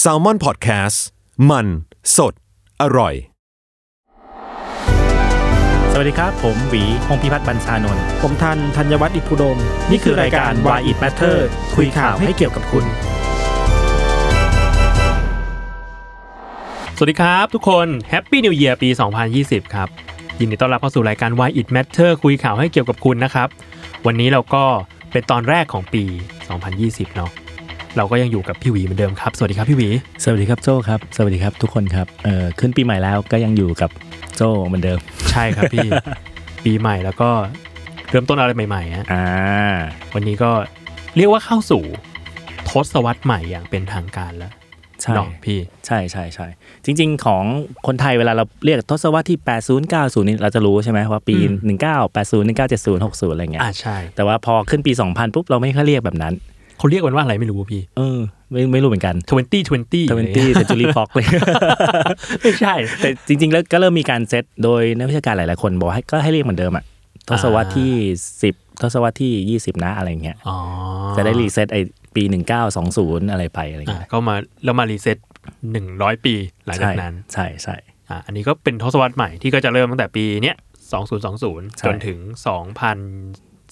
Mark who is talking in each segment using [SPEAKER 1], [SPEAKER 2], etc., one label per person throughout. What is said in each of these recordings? [SPEAKER 1] แซลมอนพอดแคสต์มันสดอร่อย
[SPEAKER 2] สวัสดีครับ ผมหวีพงพิพัฒน์บัญชานนท์
[SPEAKER 3] ผมทันธัญวัฒน์อิพุดม
[SPEAKER 2] นี่คือรายการ Why It Matter คุยข่าวให้เกี่ยวกับคุณ
[SPEAKER 4] สวัสดีครับทุกคน Happy New Year ปี 2020 ครับ ยินดีต้อนรับเข้าสู่รายการ Why It Matter คุยข่าวให้เกี่ยวกับคุณนะครับ วันนี้เราก็เป็นตอนแรกของปี 2020 เนาะเราก็ยังอยู่กับพี่หวีเหมือนเดิมครับ สวัสดีครับพี่หวี
[SPEAKER 2] สวัสดีครับโจครับ สวัสดีครับทุกคนครับเอ่อขึ้นปีใหม่แล้วก็ยังอยู่กับโจเหมือนเดิม
[SPEAKER 4] ใช่ครับพี่ ปีใหม่แล้วก็เริ่มต้นอะไรใหม่ๆฮะ
[SPEAKER 2] อ่า
[SPEAKER 4] วันนี้ก็เรียกว่าเข้าสู่ทศวรรษใหม่อย่างเป็นทางการแล้ว
[SPEAKER 2] ใช่
[SPEAKER 4] เนาะพี่
[SPEAKER 2] ใช่ใช่ใช่จริง ๆ ของคนไทยเวลาเราเรียกทศวรรษที่ 80 90 นี่เราจะรู้ใช่ไหมว่าปี
[SPEAKER 4] อื
[SPEAKER 2] 1980 1970 60 อะไรเงี้ย
[SPEAKER 4] อ่าใช่
[SPEAKER 2] แต่ว่าพอขึ้นปี 2000 ปุ๊บ เราไม่ค่อยเรียกแบบนั้น
[SPEAKER 4] เขาเรียกมันว่าอะไรไม่รู้อะพี่
[SPEAKER 2] เออ ไม่ไม่รู้เหมือนกัน
[SPEAKER 4] 2020
[SPEAKER 2] ทเวน ตี้เซนจูรี่ฟ็อกเลย
[SPEAKER 4] ไม่ใช่
[SPEAKER 2] แต่จริง ๆ แล้วก็เริ่มมีการเซตโดยนักวิชาการหลาย ๆ คนบอกให้ก็ให้เรียกเหมือนเดิมอะทศวรรษที่ 10 ทศวรรษที่ 20 นะอะไรอย่างเงี้ย
[SPEAKER 4] อ๋อ
[SPEAKER 2] จะได้รีเซ็ตไอปี 1920 อะไรไปอะไร
[SPEAKER 4] อ่ะ
[SPEAKER 2] เงี้ย
[SPEAKER 4] ก็มาแล้วมารีเซ็ตหนึ่งร้อยปีหลังจากนั้น
[SPEAKER 2] ใช่ใช่
[SPEAKER 4] อ่ะอันนี้ก็เป็นทศวรรษใหม่ที่ก็จะเริ่มตั้งแต่ปีเนี้ยสองศูนย์สองศูนย์
[SPEAKER 2] ใช่
[SPEAKER 4] จนถึงสองพัน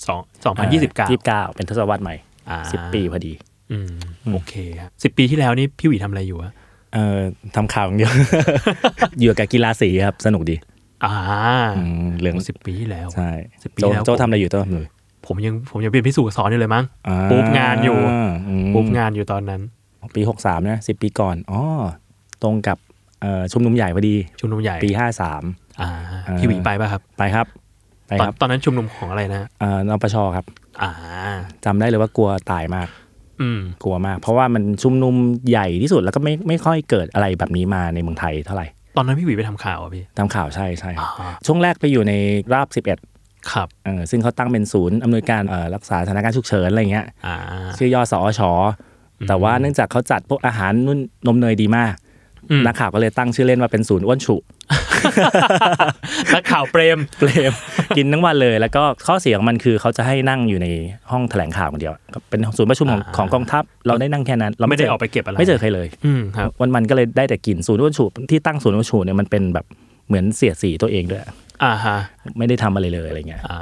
[SPEAKER 4] สองสองพันยี่สิบเก้า
[SPEAKER 2] ยี่สิบเก้าเป็นทศวรรษใหม่ 10 ปีพอดี
[SPEAKER 4] อืมโอเคครับสิบปีที่แล้วนี่พี่หวีทำอะไรอยู่อะ
[SPEAKER 2] เอ่อทำข่าวอย่างเดียว อยู่กับกีฬาสีครับ สนุกดี
[SPEAKER 4] อ่า
[SPEAKER 2] อืมเรื่อง
[SPEAKER 4] สิบปีที่แล้ว
[SPEAKER 2] ใช่
[SPEAKER 4] สิบปี
[SPEAKER 2] โจ
[SPEAKER 4] แล้ว
[SPEAKER 2] โจทำอะไรอยู่โจทำอะไรอยู่
[SPEAKER 4] ผมยังผมยังเป็นพิสูจน์สอนอยู่เลยมั้ง
[SPEAKER 2] อ่า
[SPEAKER 4] ปุ๊บงานอยู่
[SPEAKER 2] อืม
[SPEAKER 4] ปุ๊บงานอยู่ตอนนั้น
[SPEAKER 2] ปี 63นะ10 ปีก่อนอ๋อตรงกับเอ่อชุมนุมใหญ่พอดี
[SPEAKER 4] ชุมนุมใหญ่
[SPEAKER 2] ปี
[SPEAKER 4] อ่า
[SPEAKER 2] อ่า
[SPEAKER 4] พี่หวีไปป่ะครับ
[SPEAKER 2] 53 ไปครับ ไป
[SPEAKER 4] ตอน
[SPEAKER 2] ครับ
[SPEAKER 4] ตอนนั้นชุมนุมของอะไรนะ
[SPEAKER 2] เอ่อนปชครับ
[SPEAKER 4] อ่า
[SPEAKER 2] จำได้เลยว่ากลัวตายมาก
[SPEAKER 4] อืม
[SPEAKER 2] กลัวมาก เพราะว่ามันชุมนุมใหญ่ที่สุดแล้วก็ไม่ไม่ค่อยเกิดอะไรแบบนี้มาในเมืองไทยเท่าไหร่
[SPEAKER 4] ตอนนั้นพี่หวีไปทำข่าวอ่ะพี่
[SPEAKER 2] ตามข่าวใช่ใช่ครับ
[SPEAKER 4] อ่า
[SPEAKER 2] ช่วงแรกไปอยู่ในราบ 11เ
[SPEAKER 4] ครับ
[SPEAKER 2] อ่อซึ่งเขาตั้งเป็นศูนย์อำนวยการเอ่อรักษาสถานการณ์ฉุกเฉินอะไรเงี้ย
[SPEAKER 4] อ่า
[SPEAKER 2] ชื่อย่อสอชแต่ว่าเนื่องจากเขาจัดพวกอาหารนุ่นนมเนยดีมาก
[SPEAKER 4] อืม
[SPEAKER 2] นักข่าวก็เลยตั้งชื่อเล่นว่าเป็นศูนย์อ้วนฉุ
[SPEAKER 4] นักข่าวเปรม
[SPEAKER 2] เปรม กินทั้งวันเลยแล้วก็ข้อเสียของมันคือเขาจะให้นั่งอยู่ในห้องแถลงข่าวคนเดียวก็เป็นศูนย์ประชุมของ
[SPEAKER 4] อ่า
[SPEAKER 2] ของกองทัพเราได้นั่งแค่นั้น เรา
[SPEAKER 4] ไม่ได้อ
[SPEAKER 2] เจ
[SPEAKER 4] อกไปเก็บอะไร
[SPEAKER 2] ไม่เจอใครเลย
[SPEAKER 4] อืมครับ
[SPEAKER 2] วันมันก็เลยได้แต่กินศูนย์วัชชูที่ตั้งศูนย์วัชชูเนี่ยมันเป็นแบบเหมือนเสียดสีตัวเองด้วย
[SPEAKER 4] อ่าฮะ
[SPEAKER 2] ไม่ได้ทำอะไรเลยอะไรเงี้ย
[SPEAKER 4] อ่า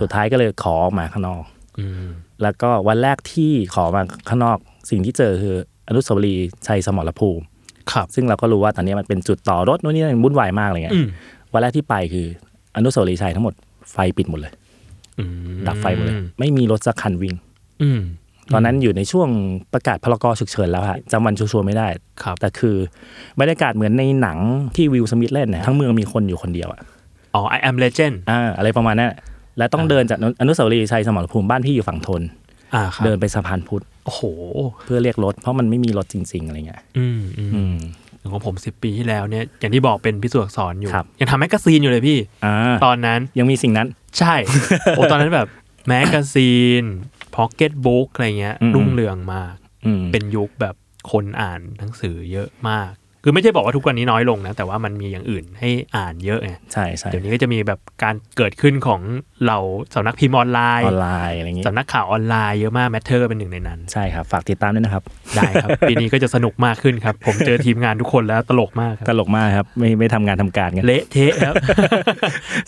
[SPEAKER 2] สุดท้ายก็เลยขอออกมาข้างนอก
[SPEAKER 4] อืม
[SPEAKER 2] แล้วก็วันแรกที่ขอมาข้างนอกสิ่งที่เจอคืออนุสาวรีย์ชัยสมรภูมิ
[SPEAKER 4] ครับ
[SPEAKER 2] ซึ่งเราก็รู้ว่าตอนนี้มันเป็นจุดต่อรถนู่นนี่นั่นวุ่นวายมากอะไรเงี้ย
[SPEAKER 4] อืม
[SPEAKER 2] วันแรกที่ไปคืออนุสาวรีย์ชัยทั้งหมดไฟปิดหมดเลย
[SPEAKER 4] อืม
[SPEAKER 2] ดับไฟหมดเลย ไม่มีรถสักคันวิ่ง
[SPEAKER 4] อืม
[SPEAKER 2] ตอนนั้นอยู่ในช่วงประกาศพลกรฉุกเฉินแล้วฮะจำวันชัวร์ๆไม่ได้
[SPEAKER 4] ครับ
[SPEAKER 2] แต่คือบรรยากาศเหมือนในหนังที่วิลสมิธเล่นนะทั้งเมืองมีคนอยู่คนเดียวอะ
[SPEAKER 4] อ๋อ I am Legend
[SPEAKER 2] อ่าอะไรประมาณนั้นอะและต้องเดินจากอนุสาวรีย์ชัยสมรภูมิบ้านพี่อยู่ฝั่งทน
[SPEAKER 4] อ่าครับ
[SPEAKER 2] เดินไปสะพานพุทธ
[SPEAKER 4] โอ้โห
[SPEAKER 2] เพื่อเรียกรถ เพราะมันไม่มีรถจริง ๆอะไรเงี้ย
[SPEAKER 4] อืมอืม
[SPEAKER 2] อืม
[SPEAKER 4] ของผมสิบปีที่แล้วเนี่ย อย่างที่บอกเป็นพิสูจน์อักษรอยู่
[SPEAKER 2] ครับ
[SPEAKER 4] ยังทำแมกกาซีนอยู่เลยพี่
[SPEAKER 2] อ่า
[SPEAKER 4] ตอนนั้น
[SPEAKER 2] ยังมีสิ่งนั้น
[SPEAKER 4] ใช่ โอ้ตอนนั้นแบบ แมกกาซีนพ็อกเก็ตบุ๊กอะไรเงี้ย
[SPEAKER 2] อืม
[SPEAKER 4] รุ่งเรืองมาก
[SPEAKER 2] อืม
[SPEAKER 4] เป็นยุคแบบคนอ่านหนังสือเยอะมาก คือไม่ใช่บอกว่าทุกวันนี้น้อยลงนะ แต่ว่ามันมีอย่างอื่นให้อ่านเยอะไง
[SPEAKER 2] ใช่ใช่
[SPEAKER 4] เดี๋ยวนี้ก็จะมีแบบการเกิดขึ้นของเราสำนักพิมพ์ออนไล
[SPEAKER 2] อ
[SPEAKER 4] น์
[SPEAKER 2] อนไลน์อะไรเงี้ย
[SPEAKER 4] สำนักข่าวออนไลน์เยอะมากแมทเทอร์เป็นหนึ่งในนั้น
[SPEAKER 2] ใช่ครับฝากติดตามด้วยนะครับ
[SPEAKER 4] ได้ครับ ปีนี้ก็จะสนุกมากขึ้นครับ ผมเจอทีมงานทุกคนแล้วตลกมากค
[SPEAKER 2] ต
[SPEAKER 4] รับ
[SPEAKER 2] ลกมากครับไม่ไม่ทำงานทำการกัน
[SPEAKER 4] เละเทะครับ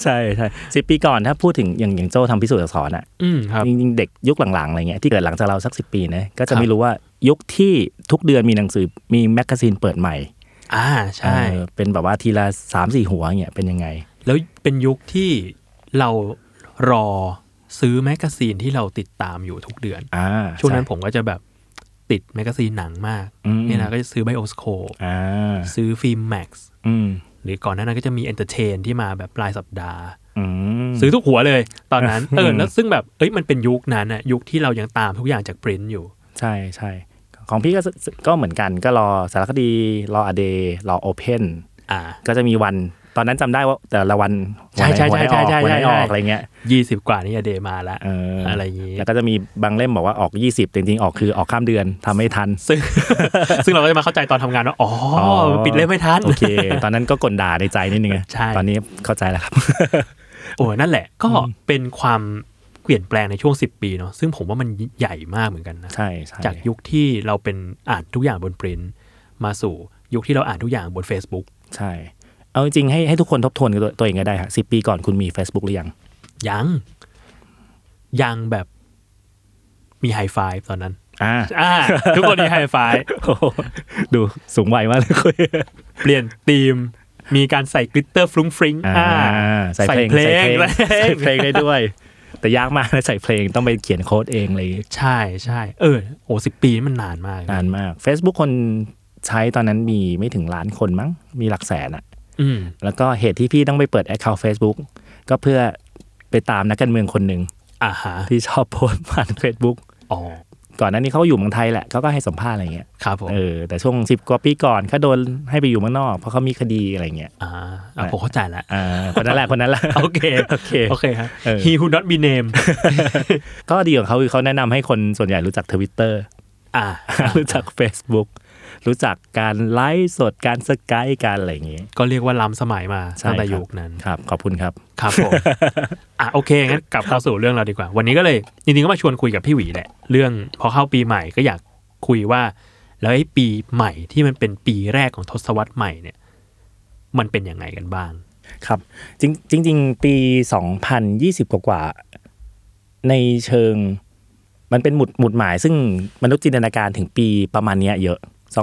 [SPEAKER 2] ใช่ใช่สิปีก่อนถ้าพูดถึงอย่างอย่างโจทำพิสูจน์อักษรอะ
[SPEAKER 4] อืมครับ
[SPEAKER 2] จริงๆเด็กยุคหลังๆอะไรเงี้ยที่เกิดหลังจากเราสักสิปีนะก็
[SPEAKER 4] ครั
[SPEAKER 2] จะ
[SPEAKER 4] บ
[SPEAKER 2] ไม่รู้ว่ายุคที่ทุกเดือนมีหนังสือมีแมกกาซีนเปิดใหม่
[SPEAKER 4] อ่าใช่
[SPEAKER 2] เออเป็นแบบว่าทีละสามสี่หัวเงี้ยเป็นยังไง
[SPEAKER 4] แล้วเป็นยุคที่เรารอซื้อแมกกาซีนที่เราติดตามอยู่ทุกเดือน
[SPEAKER 2] อ่า
[SPEAKER 4] ช่วงนั้น
[SPEAKER 2] ใ
[SPEAKER 4] ผมก็จะแบบติดแมกกาซีนหนังมาก
[SPEAKER 2] อืม
[SPEAKER 4] เนี่ยนะก็จะซื้อไบโอสโคป
[SPEAKER 2] อ่า
[SPEAKER 4] ซื้อฟิล์มแม็กซ์
[SPEAKER 2] อืม
[SPEAKER 4] หรือก่อนหน้านั้นก็จะมีเอนเตอร์เทนที่มาแบบรายสัปดาห์
[SPEAKER 2] อืม
[SPEAKER 4] ซื้อทุกหัวเลยตอนนั้น เออ
[SPEAKER 2] อืม
[SPEAKER 4] แล้วซึ่งแบบเอ้ยมันเป็นยุคนั้นอะยุคที่เรายังตามทุกอย่างจากปริ้นท์อยู่
[SPEAKER 2] ใช่ใช่ของพี่ก็สก็เหมือนกันก็รอสารคดีรออเดย์รอโอเพน
[SPEAKER 4] อ่า
[SPEAKER 2] ก็จะมีวันตอนนั้นจำได้ว่าแต่ละวัน
[SPEAKER 4] ใช่ใช่
[SPEAKER 2] วันไหน
[SPEAKER 4] ใช่
[SPEAKER 2] ออกวันไห
[SPEAKER 4] ใช่
[SPEAKER 2] น
[SPEAKER 4] ใช่
[SPEAKER 2] ออ
[SPEAKER 4] ใช่
[SPEAKER 2] กอะไรเงี้ย
[SPEAKER 4] ยี่สิบกว่านี่อะเดมาละ
[SPEAKER 2] เอออ
[SPEAKER 4] อะไรอย่างงี้
[SPEAKER 2] แล้วก็จะมีบางเล่มบอกว่าออก 20แต่จริงๆออกคือออกข้ามเดือนทำไม่ทัน
[SPEAKER 4] ซึ่ง ซึ่งเราก็จะมาเข้าใจตอนทำงานว่า อ๋ออ
[SPEAKER 2] อ
[SPEAKER 4] ปิดเล่มไม่ทัน
[SPEAKER 2] โอเค ตอนนั้นก็กลด่าในใจนิดนึงอะ
[SPEAKER 4] ใช่
[SPEAKER 2] ตอนนี้เข้าใจแล้วครับ
[SPEAKER 4] โอ้นั่นแหละก็เป็นความ เปลี่ยนแปลงในช่วง 10 ปีเนาะซึ่งผมว่ามันใหญ่มากเหมือนกันนะ
[SPEAKER 2] ใช่ใช่
[SPEAKER 4] จากยุคที่เราเป็นอ่านทุกอย่างบนปริ้นมาสู่ยุคที่เราอ่านทุกอย่างบน Facebook
[SPEAKER 2] ใช่ เอาจริงๆให้ให้ทุกคนทบทวนกับตัวตัวเองก็ได้ฮะสิปีก่อนคุณมี Facebook หรือยัง
[SPEAKER 4] ยัง ยังแบบมีไฮไฟตอนนั้น
[SPEAKER 2] อ่า
[SPEAKER 4] อ่า ทุกคนมีไฮไฟ
[SPEAKER 2] โอ้โหดูสูงวัยมากเลยคุย
[SPEAKER 4] เปลี่ยนธีม มีการใส่กลิตเตอร์ฟลุ้งฟริ้ง
[SPEAKER 2] อ่า
[SPEAKER 4] อ่า
[SPEAKER 2] ใส่เพลง
[SPEAKER 4] ใส่เพลง
[SPEAKER 2] ใส่เพลงได้ด้วย แต่ยากมากนะใส่เพลงต้องไปเขียนโค้ดเองเลย
[SPEAKER 4] ใช่ใช่เออโอ้สิปีนี่มันนานมาก
[SPEAKER 2] นานมาก Facebook คนใช้ตอนนั้นมีไม่ถึงล้านคนมั้ง มีหลักแสนอะ
[SPEAKER 4] อืม
[SPEAKER 2] แล้วก็เหตุที่พี่ต้องไปเปิด Account Facebook ก็เพื่อไปตามนักการเมืองคนหนึ่ง
[SPEAKER 4] อ่าฮะ
[SPEAKER 2] ที่ชอบโพสต์ผ่าน Facebook
[SPEAKER 4] อ๋อ
[SPEAKER 2] ก่อนหน้านี้เขาก็อยู่เมืองไทยแหละเขาก็ให้สัมภาษณ์อะไรเงี้ย
[SPEAKER 4] ครับผม
[SPEAKER 2] เออแต่ช่วงสิบกว่าปีก่อนเขาโดนให้ไปอยู่เมืองนอก เพราะเขามีคดีอะไรเงี้ย
[SPEAKER 4] อ่าอ่ะผมเข้าใจแล้ว
[SPEAKER 2] อ่าคนนั้นแหละคนนั้นแหละ
[SPEAKER 4] โอเค
[SPEAKER 2] โอเค
[SPEAKER 4] โอเคครับ
[SPEAKER 2] เออ
[SPEAKER 4] He who not be named
[SPEAKER 2] ก็ดีของเขาคือเขาแนะนำให้คนส่วนใหญ่รู้จักทวิตเตอร์
[SPEAKER 4] อ่า
[SPEAKER 2] รู้จัก Facebook รู้จักการไลฟ์สดการสกายการอะไรอย่างเงี้ย
[SPEAKER 4] ก็เรียกว่าล้ำสมัยมา
[SPEAKER 2] ใช่
[SPEAKER 4] ตั้งแต่
[SPEAKER 2] ครับ
[SPEAKER 4] ยุคนั้น
[SPEAKER 2] ครับ ขอบคุณครับ
[SPEAKER 4] ครับ ผม อ่ะโอเค งั้นกลับเข้าสู่เรื่องเราดีกว่า วันนี้ก็เลย จริงๆ ก็มาชวนคุยกับพี่หวีแหละ เรื่องพอเข้าปีใหม่ก็อยากคุยว่า แล้วไอ้ปีใหม่ที่มันเป็นปีแรกของทศวรรษใหม่เนี่ย มันเป็นยังไงกันบ้าง
[SPEAKER 2] ครับจริงจริง ๆ ปี 2020 กว่ากว่าๆในเชิงมันเป็นหมุดหมุดหมาย ซึ่งมนุษย์จินตนาการถึงปีประมาณเนี้ยเยอะ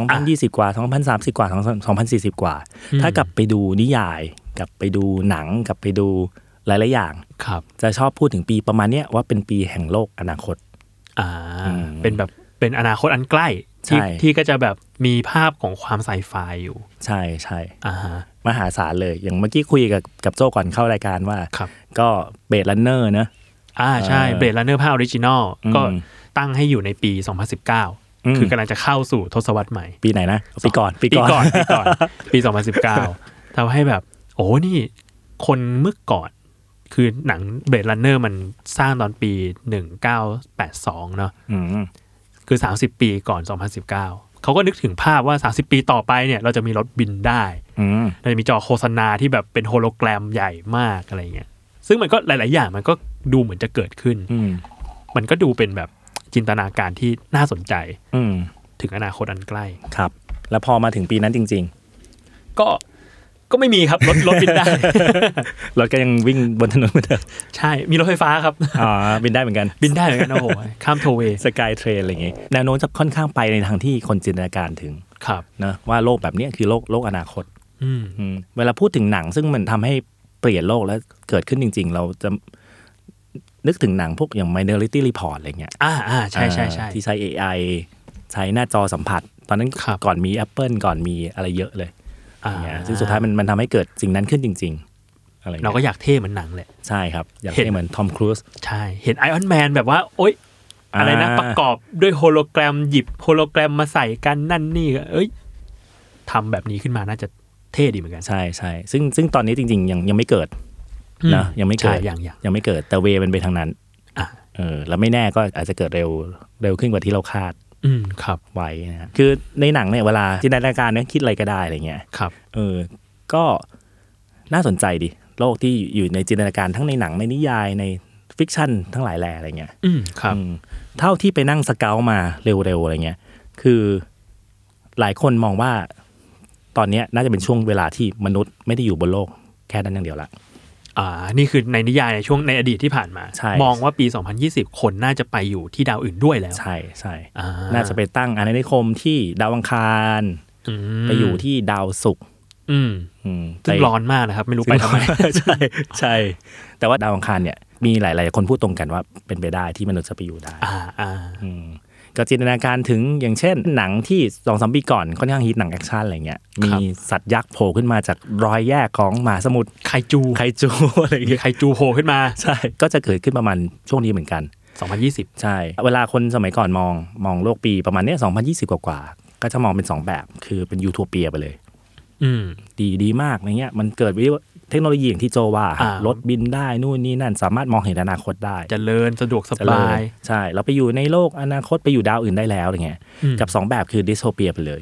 [SPEAKER 2] 2020 กว่า 2030 กว่า 2040 กว่า ถ้ากลับไปดูนิยาย กลับไปดูหนัง กลับไปดูหลาย ๆ อย่าง
[SPEAKER 4] ครับ
[SPEAKER 2] จะชอบพูดถึงปีประมาณเนี้ยว่าเป็นปีแห่งโลกอนาคต
[SPEAKER 4] อ่า
[SPEAKER 2] อืม
[SPEAKER 4] เป็นแบบ เป็นอนาคตอันใกล้ ที่
[SPEAKER 2] ใช่
[SPEAKER 4] ที่ก็จะแบบมีภาพของความไซไฟอยู่
[SPEAKER 2] ใช่ใช่
[SPEAKER 4] อ่าฮะ
[SPEAKER 2] มหาศาลเลย อย่างเมื่อกี้คุยกับกับโจ้ก่อนเข้ารายการว่า
[SPEAKER 4] ครับ
[SPEAKER 2] ก็เบรดลันเนอร์นะ
[SPEAKER 4] อ่าใช่เบรดลันเนอร์ภาคออริจินอล
[SPEAKER 2] อืม
[SPEAKER 4] ก็ตั้งให้อยู่ในปี
[SPEAKER 2] อืม
[SPEAKER 4] 2019 คือกำลังจะเข้าสู่ทศวรรษใหม่
[SPEAKER 2] ปีไหนนะปีก่อนปี
[SPEAKER 4] ปี
[SPEAKER 2] ก่อน
[SPEAKER 4] ก่อน ปี ก่อน ปี 2019ทำให้แบบ โอ้นี่ คนเมื่อก่อน คือหนังเบรดลันเนอร์มันสร้างตอนปี 1982 เนอะ
[SPEAKER 2] อืม
[SPEAKER 4] คือ 30 ปีก่อน 2019 เขาก็นึกถึงภาพว่า 30 ปีต่อไปเนี่ย เราจะมีรถบินได้
[SPEAKER 2] อืม
[SPEAKER 4] เราจะมีจอโฆษณาที่แบบเป็นโฮโลแกรมใหญ่มากอะไรเงี้ยซึ่งมันก็หลาย ๆ อย่างมันก็ดูเหมือนจะเกิดขึ้น
[SPEAKER 2] อืม
[SPEAKER 4] มันก็ดูเป็นแบบจินตนาการที่น่าสนใจ
[SPEAKER 2] อืม
[SPEAKER 4] ถึงอนาคตอันใกล้
[SPEAKER 2] ครับ แล้วพอมาถึงปีนั้นจริง
[SPEAKER 4] ก็ก็ไม่มีครับรถรถบินได้
[SPEAKER 2] ๆ รถก็ยังวิ่งบนถนนเหมือนเดิม
[SPEAKER 4] ใช่มีรถไฟฟ้าครับ
[SPEAKER 2] อ๋อ บินได้เหมือนกัน
[SPEAKER 4] บินได้เหมือนกันโอ้โหข้ามโทเว
[SPEAKER 2] สกายเทรนอะไรอย่างงี้แนวโน้มจะค่อนข้างไปในทางที่คนจินตนาการถึง
[SPEAKER 4] ครับ
[SPEAKER 2] นะว่าโลกแบบเนี้ยคือโลกโลกอนาคต
[SPEAKER 4] อืม
[SPEAKER 2] อืมเวลาพูดถึงหนังซึ่งมันทำให้เปลี่ยนโลกและเกิดขึ้นจริง ๆ เราจะนึกถึงหนังพวกอย่าง Minority Report อะไรเงี้ย
[SPEAKER 4] อ่าอ่าใช่ใช่ใช่
[SPEAKER 2] ที่ใช้ AI ใช้หน้าจอสัมผัส ตอนนั้น
[SPEAKER 4] ครับ
[SPEAKER 2] ก่อนมี Apple ก่อนมีอะไรเยอะเลย
[SPEAKER 4] อ่า
[SPEAKER 2] อย่างเงี้ยซึ่งสุดท้ายมันมันทำให้เกิดสิ่งนั้นขึ้นจริง ๆ อะไรงี้ย
[SPEAKER 4] เราก็อยากเท่เหมือนหนังแหละ
[SPEAKER 2] ใช่ครับ อยาก
[SPEAKER 4] เห็น
[SPEAKER 2] ให้เหมือนทอมครูซ
[SPEAKER 4] ใช่ เห็นไอออนแมนแบบว่า โอ๊ย อะไรนะ
[SPEAKER 2] อ่า
[SPEAKER 4] ประกอบด้วยโฮโลแกรมหยิบโฮโลแกรมมาใส่กันนั่นนี่ก็เอ้ยทำแบบนี้ขึ้นมาน่าจะเท่ดีเหมือนกัน
[SPEAKER 2] ใช่ใช่ซึ่งซึ่งตอนนี้จริง ๆ ยังยังไม่เกิด นะยังไม่เกิด
[SPEAKER 4] ใช่ยังยัง
[SPEAKER 2] ยังไม่เกิดแต่เวมันไปทางนั้น
[SPEAKER 4] อ่ะ
[SPEAKER 2] เออแล้วไม่แน่ก็อาจจะเกิดเร็วเร็วขึ้นกว่าที่เราคาด
[SPEAKER 4] อืมครับ
[SPEAKER 2] ไว้นะฮะคือในหนังเนี่ยเวลาจินตนาการเนี่ยคิดอะไรก็ได้อะไรเงี้ย
[SPEAKER 4] ครับ
[SPEAKER 2] เออก็น่าสนใจดิ โลกที่อยู่ในจินตนาการทั้งในหนังในนิยายในฟิกชันทั้งหลายแหล่อะไรเงี้ย
[SPEAKER 4] อืมครับ
[SPEAKER 2] อืมเท่าที่ไปนั่งสเกลมาเร็วๆอะไรเงี้ยคือหลายคนมองว่าตอนเนี้ยน่าจะเป็นช่วงเวลาที่มนุษย์ไม่ได้อยู่บนโลกแค่นั้นอย่างเดียวละ
[SPEAKER 4] อ่า นี่คือในนิยายในช่วงในอดีตที่ผ่านมา
[SPEAKER 2] ใช่
[SPEAKER 4] มองว่าปี 2020 คนน่าจะไปอยู่ที่ดาวอื่นด้วยแล้ว
[SPEAKER 2] ใช่ใช่
[SPEAKER 4] อ่
[SPEAKER 2] น่าจะไปตั้งอาณานิคมที่ดาวอังคาร
[SPEAKER 4] อืม
[SPEAKER 2] ไปอยู่ที่ดาวศุกร์
[SPEAKER 4] อืม
[SPEAKER 2] อืม
[SPEAKER 4] ซึ่ง
[SPEAKER 2] ไป
[SPEAKER 4] ร้อนมากนะครับ ไม่รู้ไปทำไม
[SPEAKER 2] ใช่ใช่ แต่ว่าดาวอังคารเนี่ยมีหลาย ๆ คนพูดตรงกันว่าเป็นไปได้ที่มนุษย์จะไปอยู่ได้
[SPEAKER 4] อ่าอ่า
[SPEAKER 2] อืมก็จินตนาการถึงอย่างเช่น หนังที่สองสามปีก่อนค่อนข้างฮิตหนังแอคชั่นอะไรเงี้ยมีสัตว์ยักษ์โผล่ขึ้นมาจากรอยแยกของมหาสมุทร
[SPEAKER 4] ไคจู
[SPEAKER 2] ไคจูอะไร
[SPEAKER 4] มี
[SPEAKER 2] เงี้ย
[SPEAKER 4] ไคจูโผล่ขึ้นมา
[SPEAKER 2] ใช่ก็จะเกิดขึ้นประมาณช่วงนี้เหมือนกัน
[SPEAKER 4] 2020
[SPEAKER 2] ใช่ เวลาคนสมัยก่อนมองมองโลกปีประมาณเนี้ย2020 กว่าๆก็จะมองเป็นสองแบบ คือเป็นยูโทเปียไปเลย
[SPEAKER 4] อืม
[SPEAKER 2] ดีดีมากอะไรเงี้ยมันเกิดวิวัฒเทคโนโลยีอย่างที่โจว่า
[SPEAKER 4] อ่า
[SPEAKER 2] รถบินได้นู่นนี่นั่นสามารถมองเห็นอนาคตได้
[SPEAKER 4] เจริญสะดวกส
[SPEAKER 2] เจริญ
[SPEAKER 4] บาย
[SPEAKER 2] ใช่ เราไปอยู่ในโลกอนาคตไปอยู่ดาวอื่นได้แล้วอะไรเงี้ย
[SPEAKER 4] อืม
[SPEAKER 2] กับ 2 แบบคือดิสโทเปียไปเลย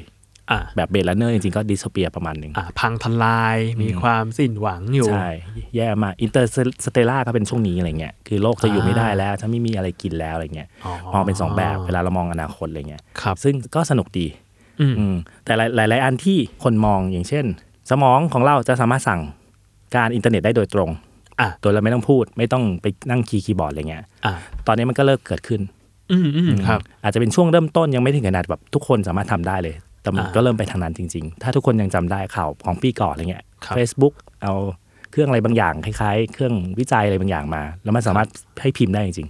[SPEAKER 4] อ่า
[SPEAKER 2] แบบเบรดลันเนอร์จริงๆก็ดิสเปียประมาณหนึ่ง
[SPEAKER 4] อ่าพังทลายมีความสิ้นหวังอยู่
[SPEAKER 2] ใช่ แย่มากอินเตอร์สเตล่าก็เป็นช่วงนี้อะไรเงี้ยคือโลกจะอยู่ไม่ได้แล้วฉันไม่มีอะไรกินแล้วอะไรเงี้ย
[SPEAKER 4] อ๋อ
[SPEAKER 2] มองเป็นสองแบบเวลาเรามองอนาคตอะไรเงี้ย
[SPEAKER 4] ครับ
[SPEAKER 2] ซึ่งก็สนุกดี
[SPEAKER 4] อืม
[SPEAKER 2] อืมแต่หลายหลายหลายอันที่คนมองอย่างเช่น สมองของเราจะสามารถสั่งการอินเทอร์เน็ตได้โดยตรง
[SPEAKER 4] อ่ะ
[SPEAKER 2] โดยเราไม่ต้องพูด ไม่ต้องไปนั่งคีย์คีย์บอร์ดอะไรเงี้ย
[SPEAKER 4] อ่ะ
[SPEAKER 2] ตอนนี้มันก็เลิกเกิดขึ้น
[SPEAKER 4] อืมอืมครับ
[SPEAKER 2] อาจจะเป็นช่วงเริ่มต้นยังไม่ถึงขนาดแบบทุกคนสามารถทำได้เลย แต่มัน
[SPEAKER 4] อ่า
[SPEAKER 2] ก็เริ่มไปทางนั้นจริง ๆ ถ้าทุกคนยังจำได้ข่าวของปีก่อนอะไรเงี้ย
[SPEAKER 4] ครับ
[SPEAKER 2] Facebook เอาเครื่องอะไรบางอย่างคล้ายๆ เครื่องวิจัยอะไรบางอย่างมา แล้วมันสามารถให้พิมพ์ได้จริง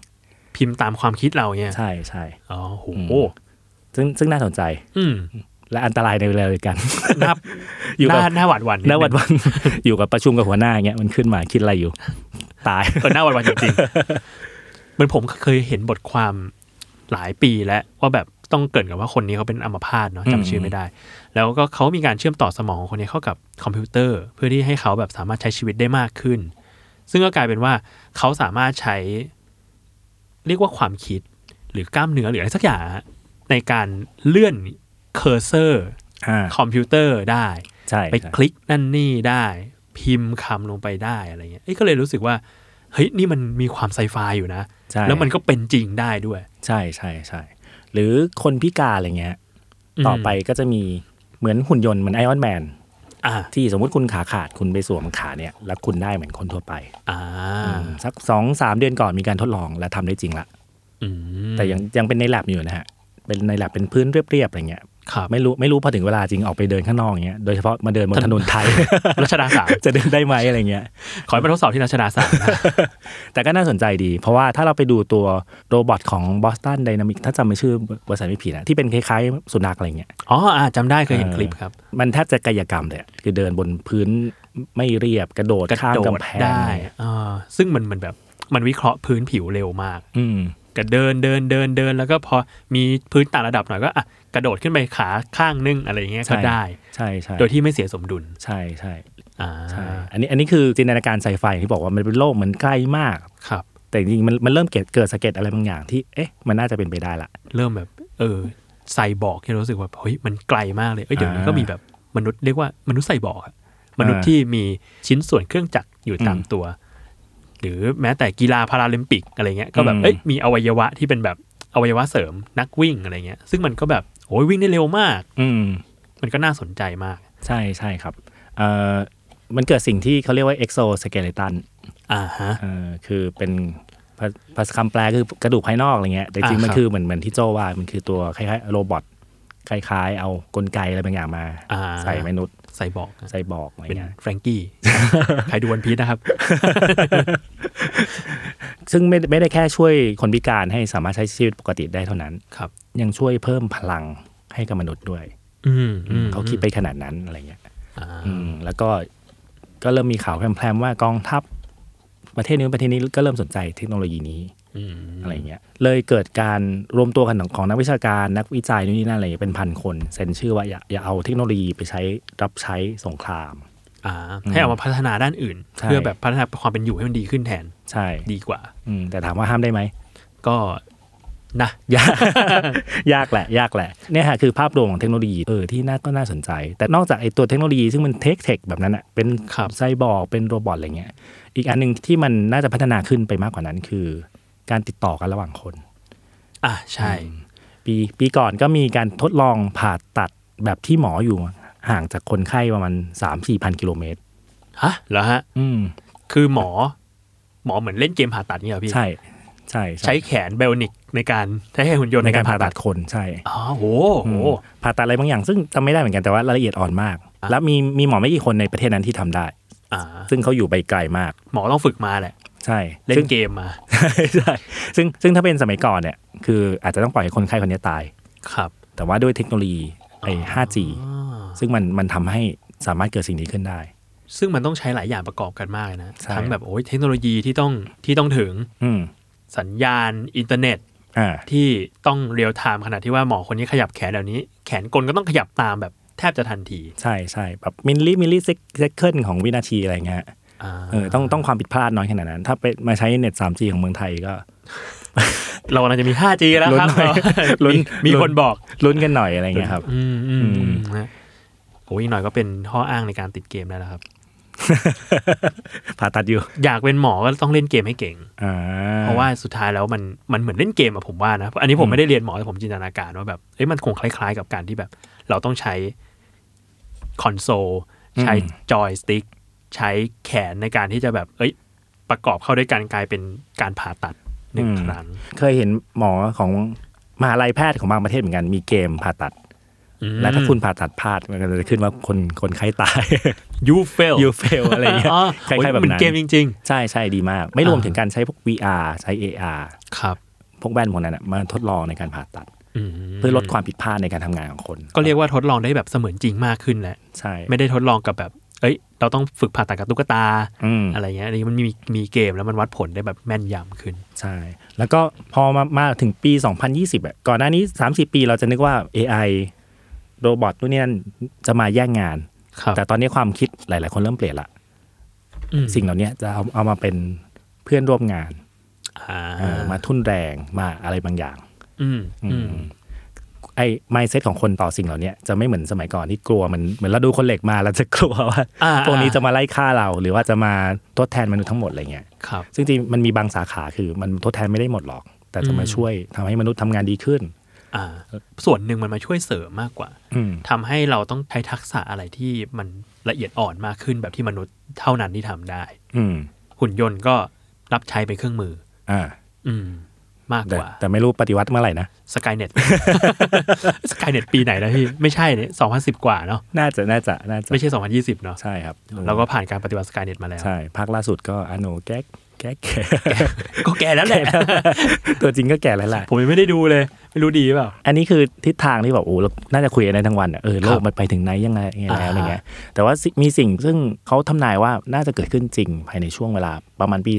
[SPEAKER 4] พิมพ์ตามความคิดเราเนี่ย
[SPEAKER 2] ๆใช่ใช่
[SPEAKER 4] อ๋อโห
[SPEAKER 2] ซึ่งซึ่งน่าสนใจ
[SPEAKER 4] อืม
[SPEAKER 2] และอันตรายในเวลาเดี ยวกัน
[SPEAKER 4] น่า
[SPEAKER 2] อยู่กับ
[SPEAKER 4] น่าน่าหวาดหวั่น
[SPEAKER 2] หน้าหวัด หวัน อยู่กับประชุมกับหัวหน้าอย่างเงี้ยมันขึ้นมาคิดอะไรอยู่ ตาย
[SPEAKER 4] เออน่าหวาดหวั่นจริงๆเหมือนผมเคยเห็นบทความหลายปีแล้วว่าแบบต้องเกรินกับว่าคนนี้เขาเป็นอัมพาตเนาะ
[SPEAKER 2] อืม
[SPEAKER 4] จำชื่อไม่ได้ แล้วก็เขามีการเชื่อมต่อสมองของคนนี้เข้ากับคอมพิวเตอร์ เพื่อที่ให้เขาแบบสามารถใช้ชีวิตได้มากขึ้น ซึ่งก็กลายเป็นว่าเขาสามารถใช้ เรียกว่าความคิดหรือกล้ามเนื้อหรืออะไรสักอย่างอะในการเลื่อนเคอร์เซอร์
[SPEAKER 2] อ่า
[SPEAKER 4] คอมพิวเตอร์ได้
[SPEAKER 2] ใช่
[SPEAKER 4] ไป
[SPEAKER 2] ใช่
[SPEAKER 4] คลิกนั่นนี่ได้ พิมพ์คำลงไปได้อะไรเงี้ยเอ้ยก็เลยรู้สึกว่า เฮ้ย นี่มันมีความไซไฟอยู่นะ
[SPEAKER 2] ใช่
[SPEAKER 4] แล้วมันก็เป็นจริงได้ด้วย
[SPEAKER 2] ใช่ใช่ใช่หรือคนพิการอะไรเงี้ย ต่อไปก็จะมีเหมือนหุ่นยนต์เหมือนไอออนแมน
[SPEAKER 4] อ่า
[SPEAKER 2] ที่สมมติคุณขาขาดคุณไปสวมขาเนี่ย แล้วคุณได้เหมือนคนทั่วไป
[SPEAKER 4] อ่า
[SPEAKER 2] อืมสักสองสามเดือนก่อนมีการทดลองและทำได้จริงละ
[SPEAKER 4] อืม
[SPEAKER 2] แต่ยังยังเป็นในแลบอยู่นะฮะเป็นในแลบเป็นพื้นเรียบๆอะไรเงี้ย
[SPEAKER 4] ครับ
[SPEAKER 2] ไม่รู้ไม่รู้พอถึงเวลาจริงออกไปเดินข้างนอกอย่างเงี้ยโดยเฉพาะมาเดินบนถนนไทย
[SPEAKER 4] รัชดา สาม
[SPEAKER 2] จะเดินได้ไหมอะไรเงี้ย
[SPEAKER 4] ขอให้มาทดสอบที่รัชดาสามนะ
[SPEAKER 2] แต่ก็น่าสนใจดี เพราะว่าถ้าเราไปดูตัวโรบอทของ Boston Dynamics ถ้าจำไม่ชื่อบริษัทไม่ผิดนะที่เป็นคล้ายๆ สุนัขอะไรเงี้ย
[SPEAKER 4] อ๋ออ่าจำได้เคยเห็นคลิปครับ
[SPEAKER 2] มันแทบจะกายกรรมเลยอะคือเดินบนพื้นไม่เรียบกระโดด
[SPEAKER 4] กระ
[SPEAKER 2] ข้าม
[SPEAKER 4] โดด
[SPEAKER 2] กำแพง
[SPEAKER 4] ได้อ่าซึ่งมันเหมือนแบบมันวิเคราะห์พื้นผิวเร็วมาก
[SPEAKER 2] อืม
[SPEAKER 4] ก็เดินเดินเดินเดินแล้วก็พอมีพื้นต่างระดับหน่อยก็อ่ะกระโดดขึ้นไปขาข้างนึงอะไรอย่างเงี้ยก็ได้
[SPEAKER 2] ใช่ใช่
[SPEAKER 4] โดยที่ไม่เสียสมดุล
[SPEAKER 2] ใช่ใช่
[SPEAKER 4] อ่า
[SPEAKER 2] ใช่ อันนี้อันนี้คือจินตนาการไซไฟอย่างที่บอกว่ามันเป็นโลกเหมือนใกล้มาก
[SPEAKER 4] ครับ
[SPEAKER 2] แต่จริงๆมันมันเริ่มเกิดเกิดสะเก็ดอะไรบางอย่างที่เอ๊ะมันน่าจะเป็นไปได้ละ
[SPEAKER 4] เริ่มแบบเออไซบอร์กที่รู้สึกว่าเฮ้ยมันไกลมากเลยเอ้ยเดี๋ยวนี้
[SPEAKER 2] อ่า
[SPEAKER 4] ก็มีแบบมนุษย์เรียกว่ามนุษย์ไซบอร์กอะมนุษย์
[SPEAKER 2] อ่า
[SPEAKER 4] ที่มีชิ้นส่วนเครื่องจักรอยู่ตาม
[SPEAKER 2] อืม
[SPEAKER 4] ตัว หรือแม้แต่กีฬาพาราลิมปิกอะไรเงี้ยก็แบบ
[SPEAKER 2] อืม
[SPEAKER 4] เอ้ยมีอวัยวะที่เป็นแบบอวัยวะเสริมนักวิ่งอะไรเงี้ย ซึ่งมันก็แบบโอ้ยวิ่งได้เร็วมาก
[SPEAKER 2] อืม
[SPEAKER 4] มันก็น่าสนใจมาก
[SPEAKER 2] ใช่ใช่ครับเอ่อมันเกิดสิ่งที่เขาเรียกว่า exoskeleton
[SPEAKER 4] อ่าฮะ
[SPEAKER 2] เอ่อคือเป็นภาภาษาคำแปลคือกระดูกภายนอกอะไรเงี้ยแต่จริงๆ
[SPEAKER 4] อ่า
[SPEAKER 2] มัน
[SPEAKER 4] ครับ
[SPEAKER 2] คือเหมือนเหมือนที่โจว่ามันคือตัวคล้ายๆโรบอทคล้ายๆ เอากลไกอะไรบางอย่างมา
[SPEAKER 4] อ่า
[SPEAKER 2] ใส่มนุษย์
[SPEAKER 4] ไซบอร์กอะ
[SPEAKER 2] ใส่บอกอะไร
[SPEAKER 4] เป็น
[SPEAKER 2] เงี้ย
[SPEAKER 4] แฟรงกี้ ใครดูวันพีชนะครับ
[SPEAKER 2] ซึ่งไม่ไม่ได้แค่ช่วยคนพิการให้สามารถใช้ชีวิตปกติได้เท่านั้น
[SPEAKER 4] ครับ
[SPEAKER 2] ยังช่วยเพิ่มพลังให้กับมนุษย์ด้วย
[SPEAKER 4] อืมอืม
[SPEAKER 2] เขาคิดไปขนาดนั้นอะไรเงี้ย
[SPEAKER 4] อ่า
[SPEAKER 2] อืมแล้วก็ก็เริ่มมีข่าวแพร่มๆว่ากองทัพประเทศนู้นประเทศนี้ก็เริ่มสนใจเทคโนโลยีนี้
[SPEAKER 4] อืม
[SPEAKER 2] อะไรเงี้ย เลยเกิดการรวมตัวกันของของนักวิชาการนักวิจัยนู่นนี่นั่นอะไรเงี้ยเป็นพันคนเซ็นชื่อว่าอย่าอย่าเอาเทคโนโลยีไปใช้รับใช้สงคราม
[SPEAKER 4] อ่า ให้เอามาพัฒนาด้านอื่น
[SPEAKER 2] ใช่
[SPEAKER 4] เพื่อแบบพัฒนาความเป็นอยู่ให้มันดีขึ้นแทน
[SPEAKER 2] ใช่
[SPEAKER 4] ดีกว่า
[SPEAKER 2] อืมแต่ถามว่าห้ามได้ไหม
[SPEAKER 4] ก็นะ
[SPEAKER 2] ยาก ยากแหละ ยากแหละเนี่ยฮะคือภาพรวมของเทคโนโลยีเออที่น่าก็น่าสนใจ แต่นอกจากไอ้ตัวเทคโนโลยีซึ่งมันเทคเทคแบบนั้นอะเป็น
[SPEAKER 4] ครับ
[SPEAKER 2] ไซบอร์กเป็นโรบอทอะไรเงี้ย อีกอันหนึ่งที่มันน่าจะพัฒนาขึ้นไปมากกว่านั้นคือ การติดต่อกันระหว่างคน
[SPEAKER 4] อ่ะใช่
[SPEAKER 2] ปีปีก่อนก็มีการทดลองผ่าตัดแบบที่หมออยู่ห่างจากคนไข้ประมาณสามสี่พันกิโลเมตร
[SPEAKER 4] ฮะเหรอฮะ
[SPEAKER 2] อืม
[SPEAKER 4] คือหมอ หมอเหมือนเล่นเกมผ่าตัดเนี่ยเหรอพี่
[SPEAKER 2] ใช่ ใช่
[SPEAKER 4] ใช้แขนไบโอนิกในการใช้แขนหุ่นยนต์
[SPEAKER 2] ใน
[SPEAKER 4] ใน
[SPEAKER 2] กา
[SPEAKER 4] การ ร
[SPEAKER 2] ผ่า
[SPEAKER 4] ผ่า
[SPEAKER 2] ตั
[SPEAKER 4] ตั
[SPEAKER 2] ด
[SPEAKER 4] ด
[SPEAKER 2] คนใช่
[SPEAKER 4] อ๋อโหโห
[SPEAKER 2] มผ่าตัดอะไรบางอย่างซึ่งจำไม่ได้เหมือนกันแต่ว่ารายละเอียดอ่อนมาก
[SPEAKER 4] อ่ะ
[SPEAKER 2] แล้วมีมีหมอไม่กี่คนในประเทศนั้นที่ทำได้
[SPEAKER 4] อ่า
[SPEAKER 2] ซึ่งเขาอยู่ไปไกลมาก
[SPEAKER 4] หมอต้องฝึกมาแหละ
[SPEAKER 2] ใช่
[SPEAKER 4] เล่
[SPEAKER 2] ซึ่
[SPEAKER 4] น
[SPEAKER 2] ง
[SPEAKER 4] เกมมา
[SPEAKER 2] ใช่ซึ่งซึ่งถ้าเป็นสมัยก่อนเนี่ยคืออาจจะต้องปล่อยให้คนไข้คนนี้ตาย
[SPEAKER 4] ครับ
[SPEAKER 2] แต่ว่าด้วยเทคโนโลยีไอ้ 5G
[SPEAKER 4] อ่า
[SPEAKER 2] ซึ่งมันมันทำให้สามารถเกิดสิ่งนี้ขึ้นได้
[SPEAKER 4] ซึ่งมันต้องใช้หลายอย่างประกอบกันมากเลยนะ
[SPEAKER 2] ใช่
[SPEAKER 4] ทั้งแบบโอ้ยเทคโนโลยีที่ต้องที่ต้องถึง
[SPEAKER 2] อืม
[SPEAKER 4] สัญญาณอินเทอร์เน็ต
[SPEAKER 2] อ่า
[SPEAKER 4] ที่ต้องเรียลไทม์ขนาดที่ว่าหมอคนนี้ขยับแขนแบบนี้ แขนกลก็ต้องขยับตามแบบแทบจะทันที
[SPEAKER 2] ใช่ใช่แบบมิลลิมิลลิเซคเคิลของวินาทีอะไรเงี้ย
[SPEAKER 4] อ่า
[SPEAKER 2] เออต้องต้องความผิดพลาดน้อยขนาดนั้น ถ้าเป็นมาใช้เน็ต 3G ของเมืองไทยก็
[SPEAKER 4] เรากำลังจะมี 5G แล้วครับ
[SPEAKER 2] ลุ้นหน่อยลุ้น
[SPEAKER 4] มีมีคนบอก
[SPEAKER 2] ลุ้นกันหน่อยอะไรเงี้ยครับ
[SPEAKER 4] อืมอืม
[SPEAKER 2] อืม
[SPEAKER 4] ฮะโอ้ยอีกหน่อยก็เป็นข้ออ้างในการติดเกมได้แล้วครับ
[SPEAKER 2] ผ่าตัดอยู่
[SPEAKER 4] อยากเป็นหมอก็ต้องเล่นเกมให้เก่ง
[SPEAKER 2] อ่า
[SPEAKER 4] เพราะว่าสุดท้ายแล้วมันมันเหมือนเล่นเกมอะผมว่านะ อันนี้ผม
[SPEAKER 2] อืม
[SPEAKER 4] ไม่ได้เรียนหมอแต่ผมจินตนาการว่าแบบเอ้ยมันคงคล้ายๆ กับการที่แบบ เราต้องใช้คอนโซลใช้จอยสติ๊กใช้แขนในการที่จะแบบ เอ้ย ประกอบเข้าด้วยกันกลายเป็นการผ่าตัดหนึ่งครั้ง
[SPEAKER 2] เคยเห็นหมอของมหาลัยแพทย์ของบางประเทศเหมือนกันมีเกมผ่าตัด และถ้าคุณผ่าตัดพลาดมันก็จะขึ้นว่าคนคนไข้ตาย
[SPEAKER 4] ยูเฟล
[SPEAKER 2] you fail อะไรอย่างเงี้ยคล้ายๆแบบ
[SPEAKER 4] เป็น
[SPEAKER 2] นั้น
[SPEAKER 4] เกมจริง
[SPEAKER 2] ใช่ใช่ดีมาก ไม่รวม
[SPEAKER 4] อ่า
[SPEAKER 2] ถึงการใช้พวก VR ใช้ AR
[SPEAKER 4] ๆ ครับ
[SPEAKER 2] พวกแว่นพวกนั้นนะมาทดลองในการผ่าตัด เพื่อลดความผิดพลาดในการทำงานของคน
[SPEAKER 4] ก็เรียกว่าทดลองได้แบบเสมือนจริงมากขึ้นแหละ
[SPEAKER 2] ใช่
[SPEAKER 4] ไม่ได้ทดลองกับแบบ เอ้ย เราต้องฝึกผ่าตัดกับตุ๊กตา
[SPEAKER 2] อืม
[SPEAKER 4] อะไรเงี้ยอันนี้มันมีมีเกมแล้วมันวัดผลได้แบบแม่นยำขึ้น
[SPEAKER 2] ใช่ แล้วก็พอมามาถึงปี 2020อะก่อนหน้านี้ 30 ปีเราจะนึกว่า AI โรบอทนู่นนี่นั่นจะมาแย่งงาน
[SPEAKER 4] ครับ
[SPEAKER 2] แต่ตอนนี้ความคิดหลาย ๆ คนเริ่มเปลี่ยนละ
[SPEAKER 4] อืม
[SPEAKER 2] สิ่งเหล่านี้จะเอาเอามาเป็นเพื่อนร่วมงาน
[SPEAKER 4] อ่า
[SPEAKER 2] เออมาทุ่นแรงมาอะไรบางอย่าง
[SPEAKER 4] อืมอืม
[SPEAKER 2] ไอ้ mindset ของคนต่อสิ่งเหล่านี้จะไม่เหมือนสมัยก่อนที่กลัวมันเหมือนเราดูคนเหล็กมาเราจะกลัวว่า
[SPEAKER 4] อ่า
[SPEAKER 2] พวกนี้จะมาไล่ฆ่าเรา หรือว่าจะมาทดแทนมนุษย์ทั้งหมดอะไรเงี้ย
[SPEAKER 4] ครับ
[SPEAKER 2] ซึ่งจริงมันมีบางสาขาคือมันทดแทนไม่ได้หมดหรอก แต่จะมา
[SPEAKER 4] อืม
[SPEAKER 2] ช่วยทำให้มนุษย์ทำงานดีขึ้น
[SPEAKER 4] อ่า ส่วนหนึ่งมันมาช่วยเสริมมากกว่า
[SPEAKER 2] อืม
[SPEAKER 4] ทำให้เราต้องใช้ทักษะอะไรที่มันละเอียดอ่อนมากขึ้นแบบที่มนุษย์เท่านั้นที่ทำได้
[SPEAKER 2] อืม
[SPEAKER 4] หุ่นยนต์ก็รับใช้เป็นเครื่องมือ
[SPEAKER 2] อ่า
[SPEAKER 4] อืม มาก
[SPEAKER 2] แต่
[SPEAKER 4] กว่า
[SPEAKER 2] แต่ไม่รู้ปฏิวัติเมื่อไหร่นะ
[SPEAKER 4] สกายเน็ต สกายเน็ต ปีไหนแล้วพี่ ไม่ใช่เนี่ยสองพันสิบกว่าเนาะ
[SPEAKER 2] น่าจะน่าจะน่าจะ
[SPEAKER 4] ไม่ใช่สองพันยี่สิบเนาะ
[SPEAKER 2] ใช่ครับ
[SPEAKER 4] เราก็ผ่านการปฏิวัติสกายเน็ตมาแล้ว
[SPEAKER 2] ใช่ภาคล่าสุดก็อโนแก๊กแก๊ก แก๊ก
[SPEAKER 4] ก็แก่แล้วแหละ
[SPEAKER 2] ตัวจริงก็แก่แล้วแหละ
[SPEAKER 4] ผมยังไม่ได้ดูเลย ไม่รู้ดีหรือเปล่า
[SPEAKER 2] อันนี้คือทิศทางที่แบบโอ้เราน่าจะคุยกันได้ทั้งวันอะเออโล
[SPEAKER 4] ครั
[SPEAKER 2] ก
[SPEAKER 4] บ
[SPEAKER 2] มันไปถึงไหนยังไงยังไงแล้
[SPEAKER 4] อ่า
[SPEAKER 2] วอะไรเงี้ยแต่ว่าสิมีสิ่งซึ่งเขาทำนายว่าน่าจะเกิดขึ้นจริงภายในช่วงเวลาประมาณปี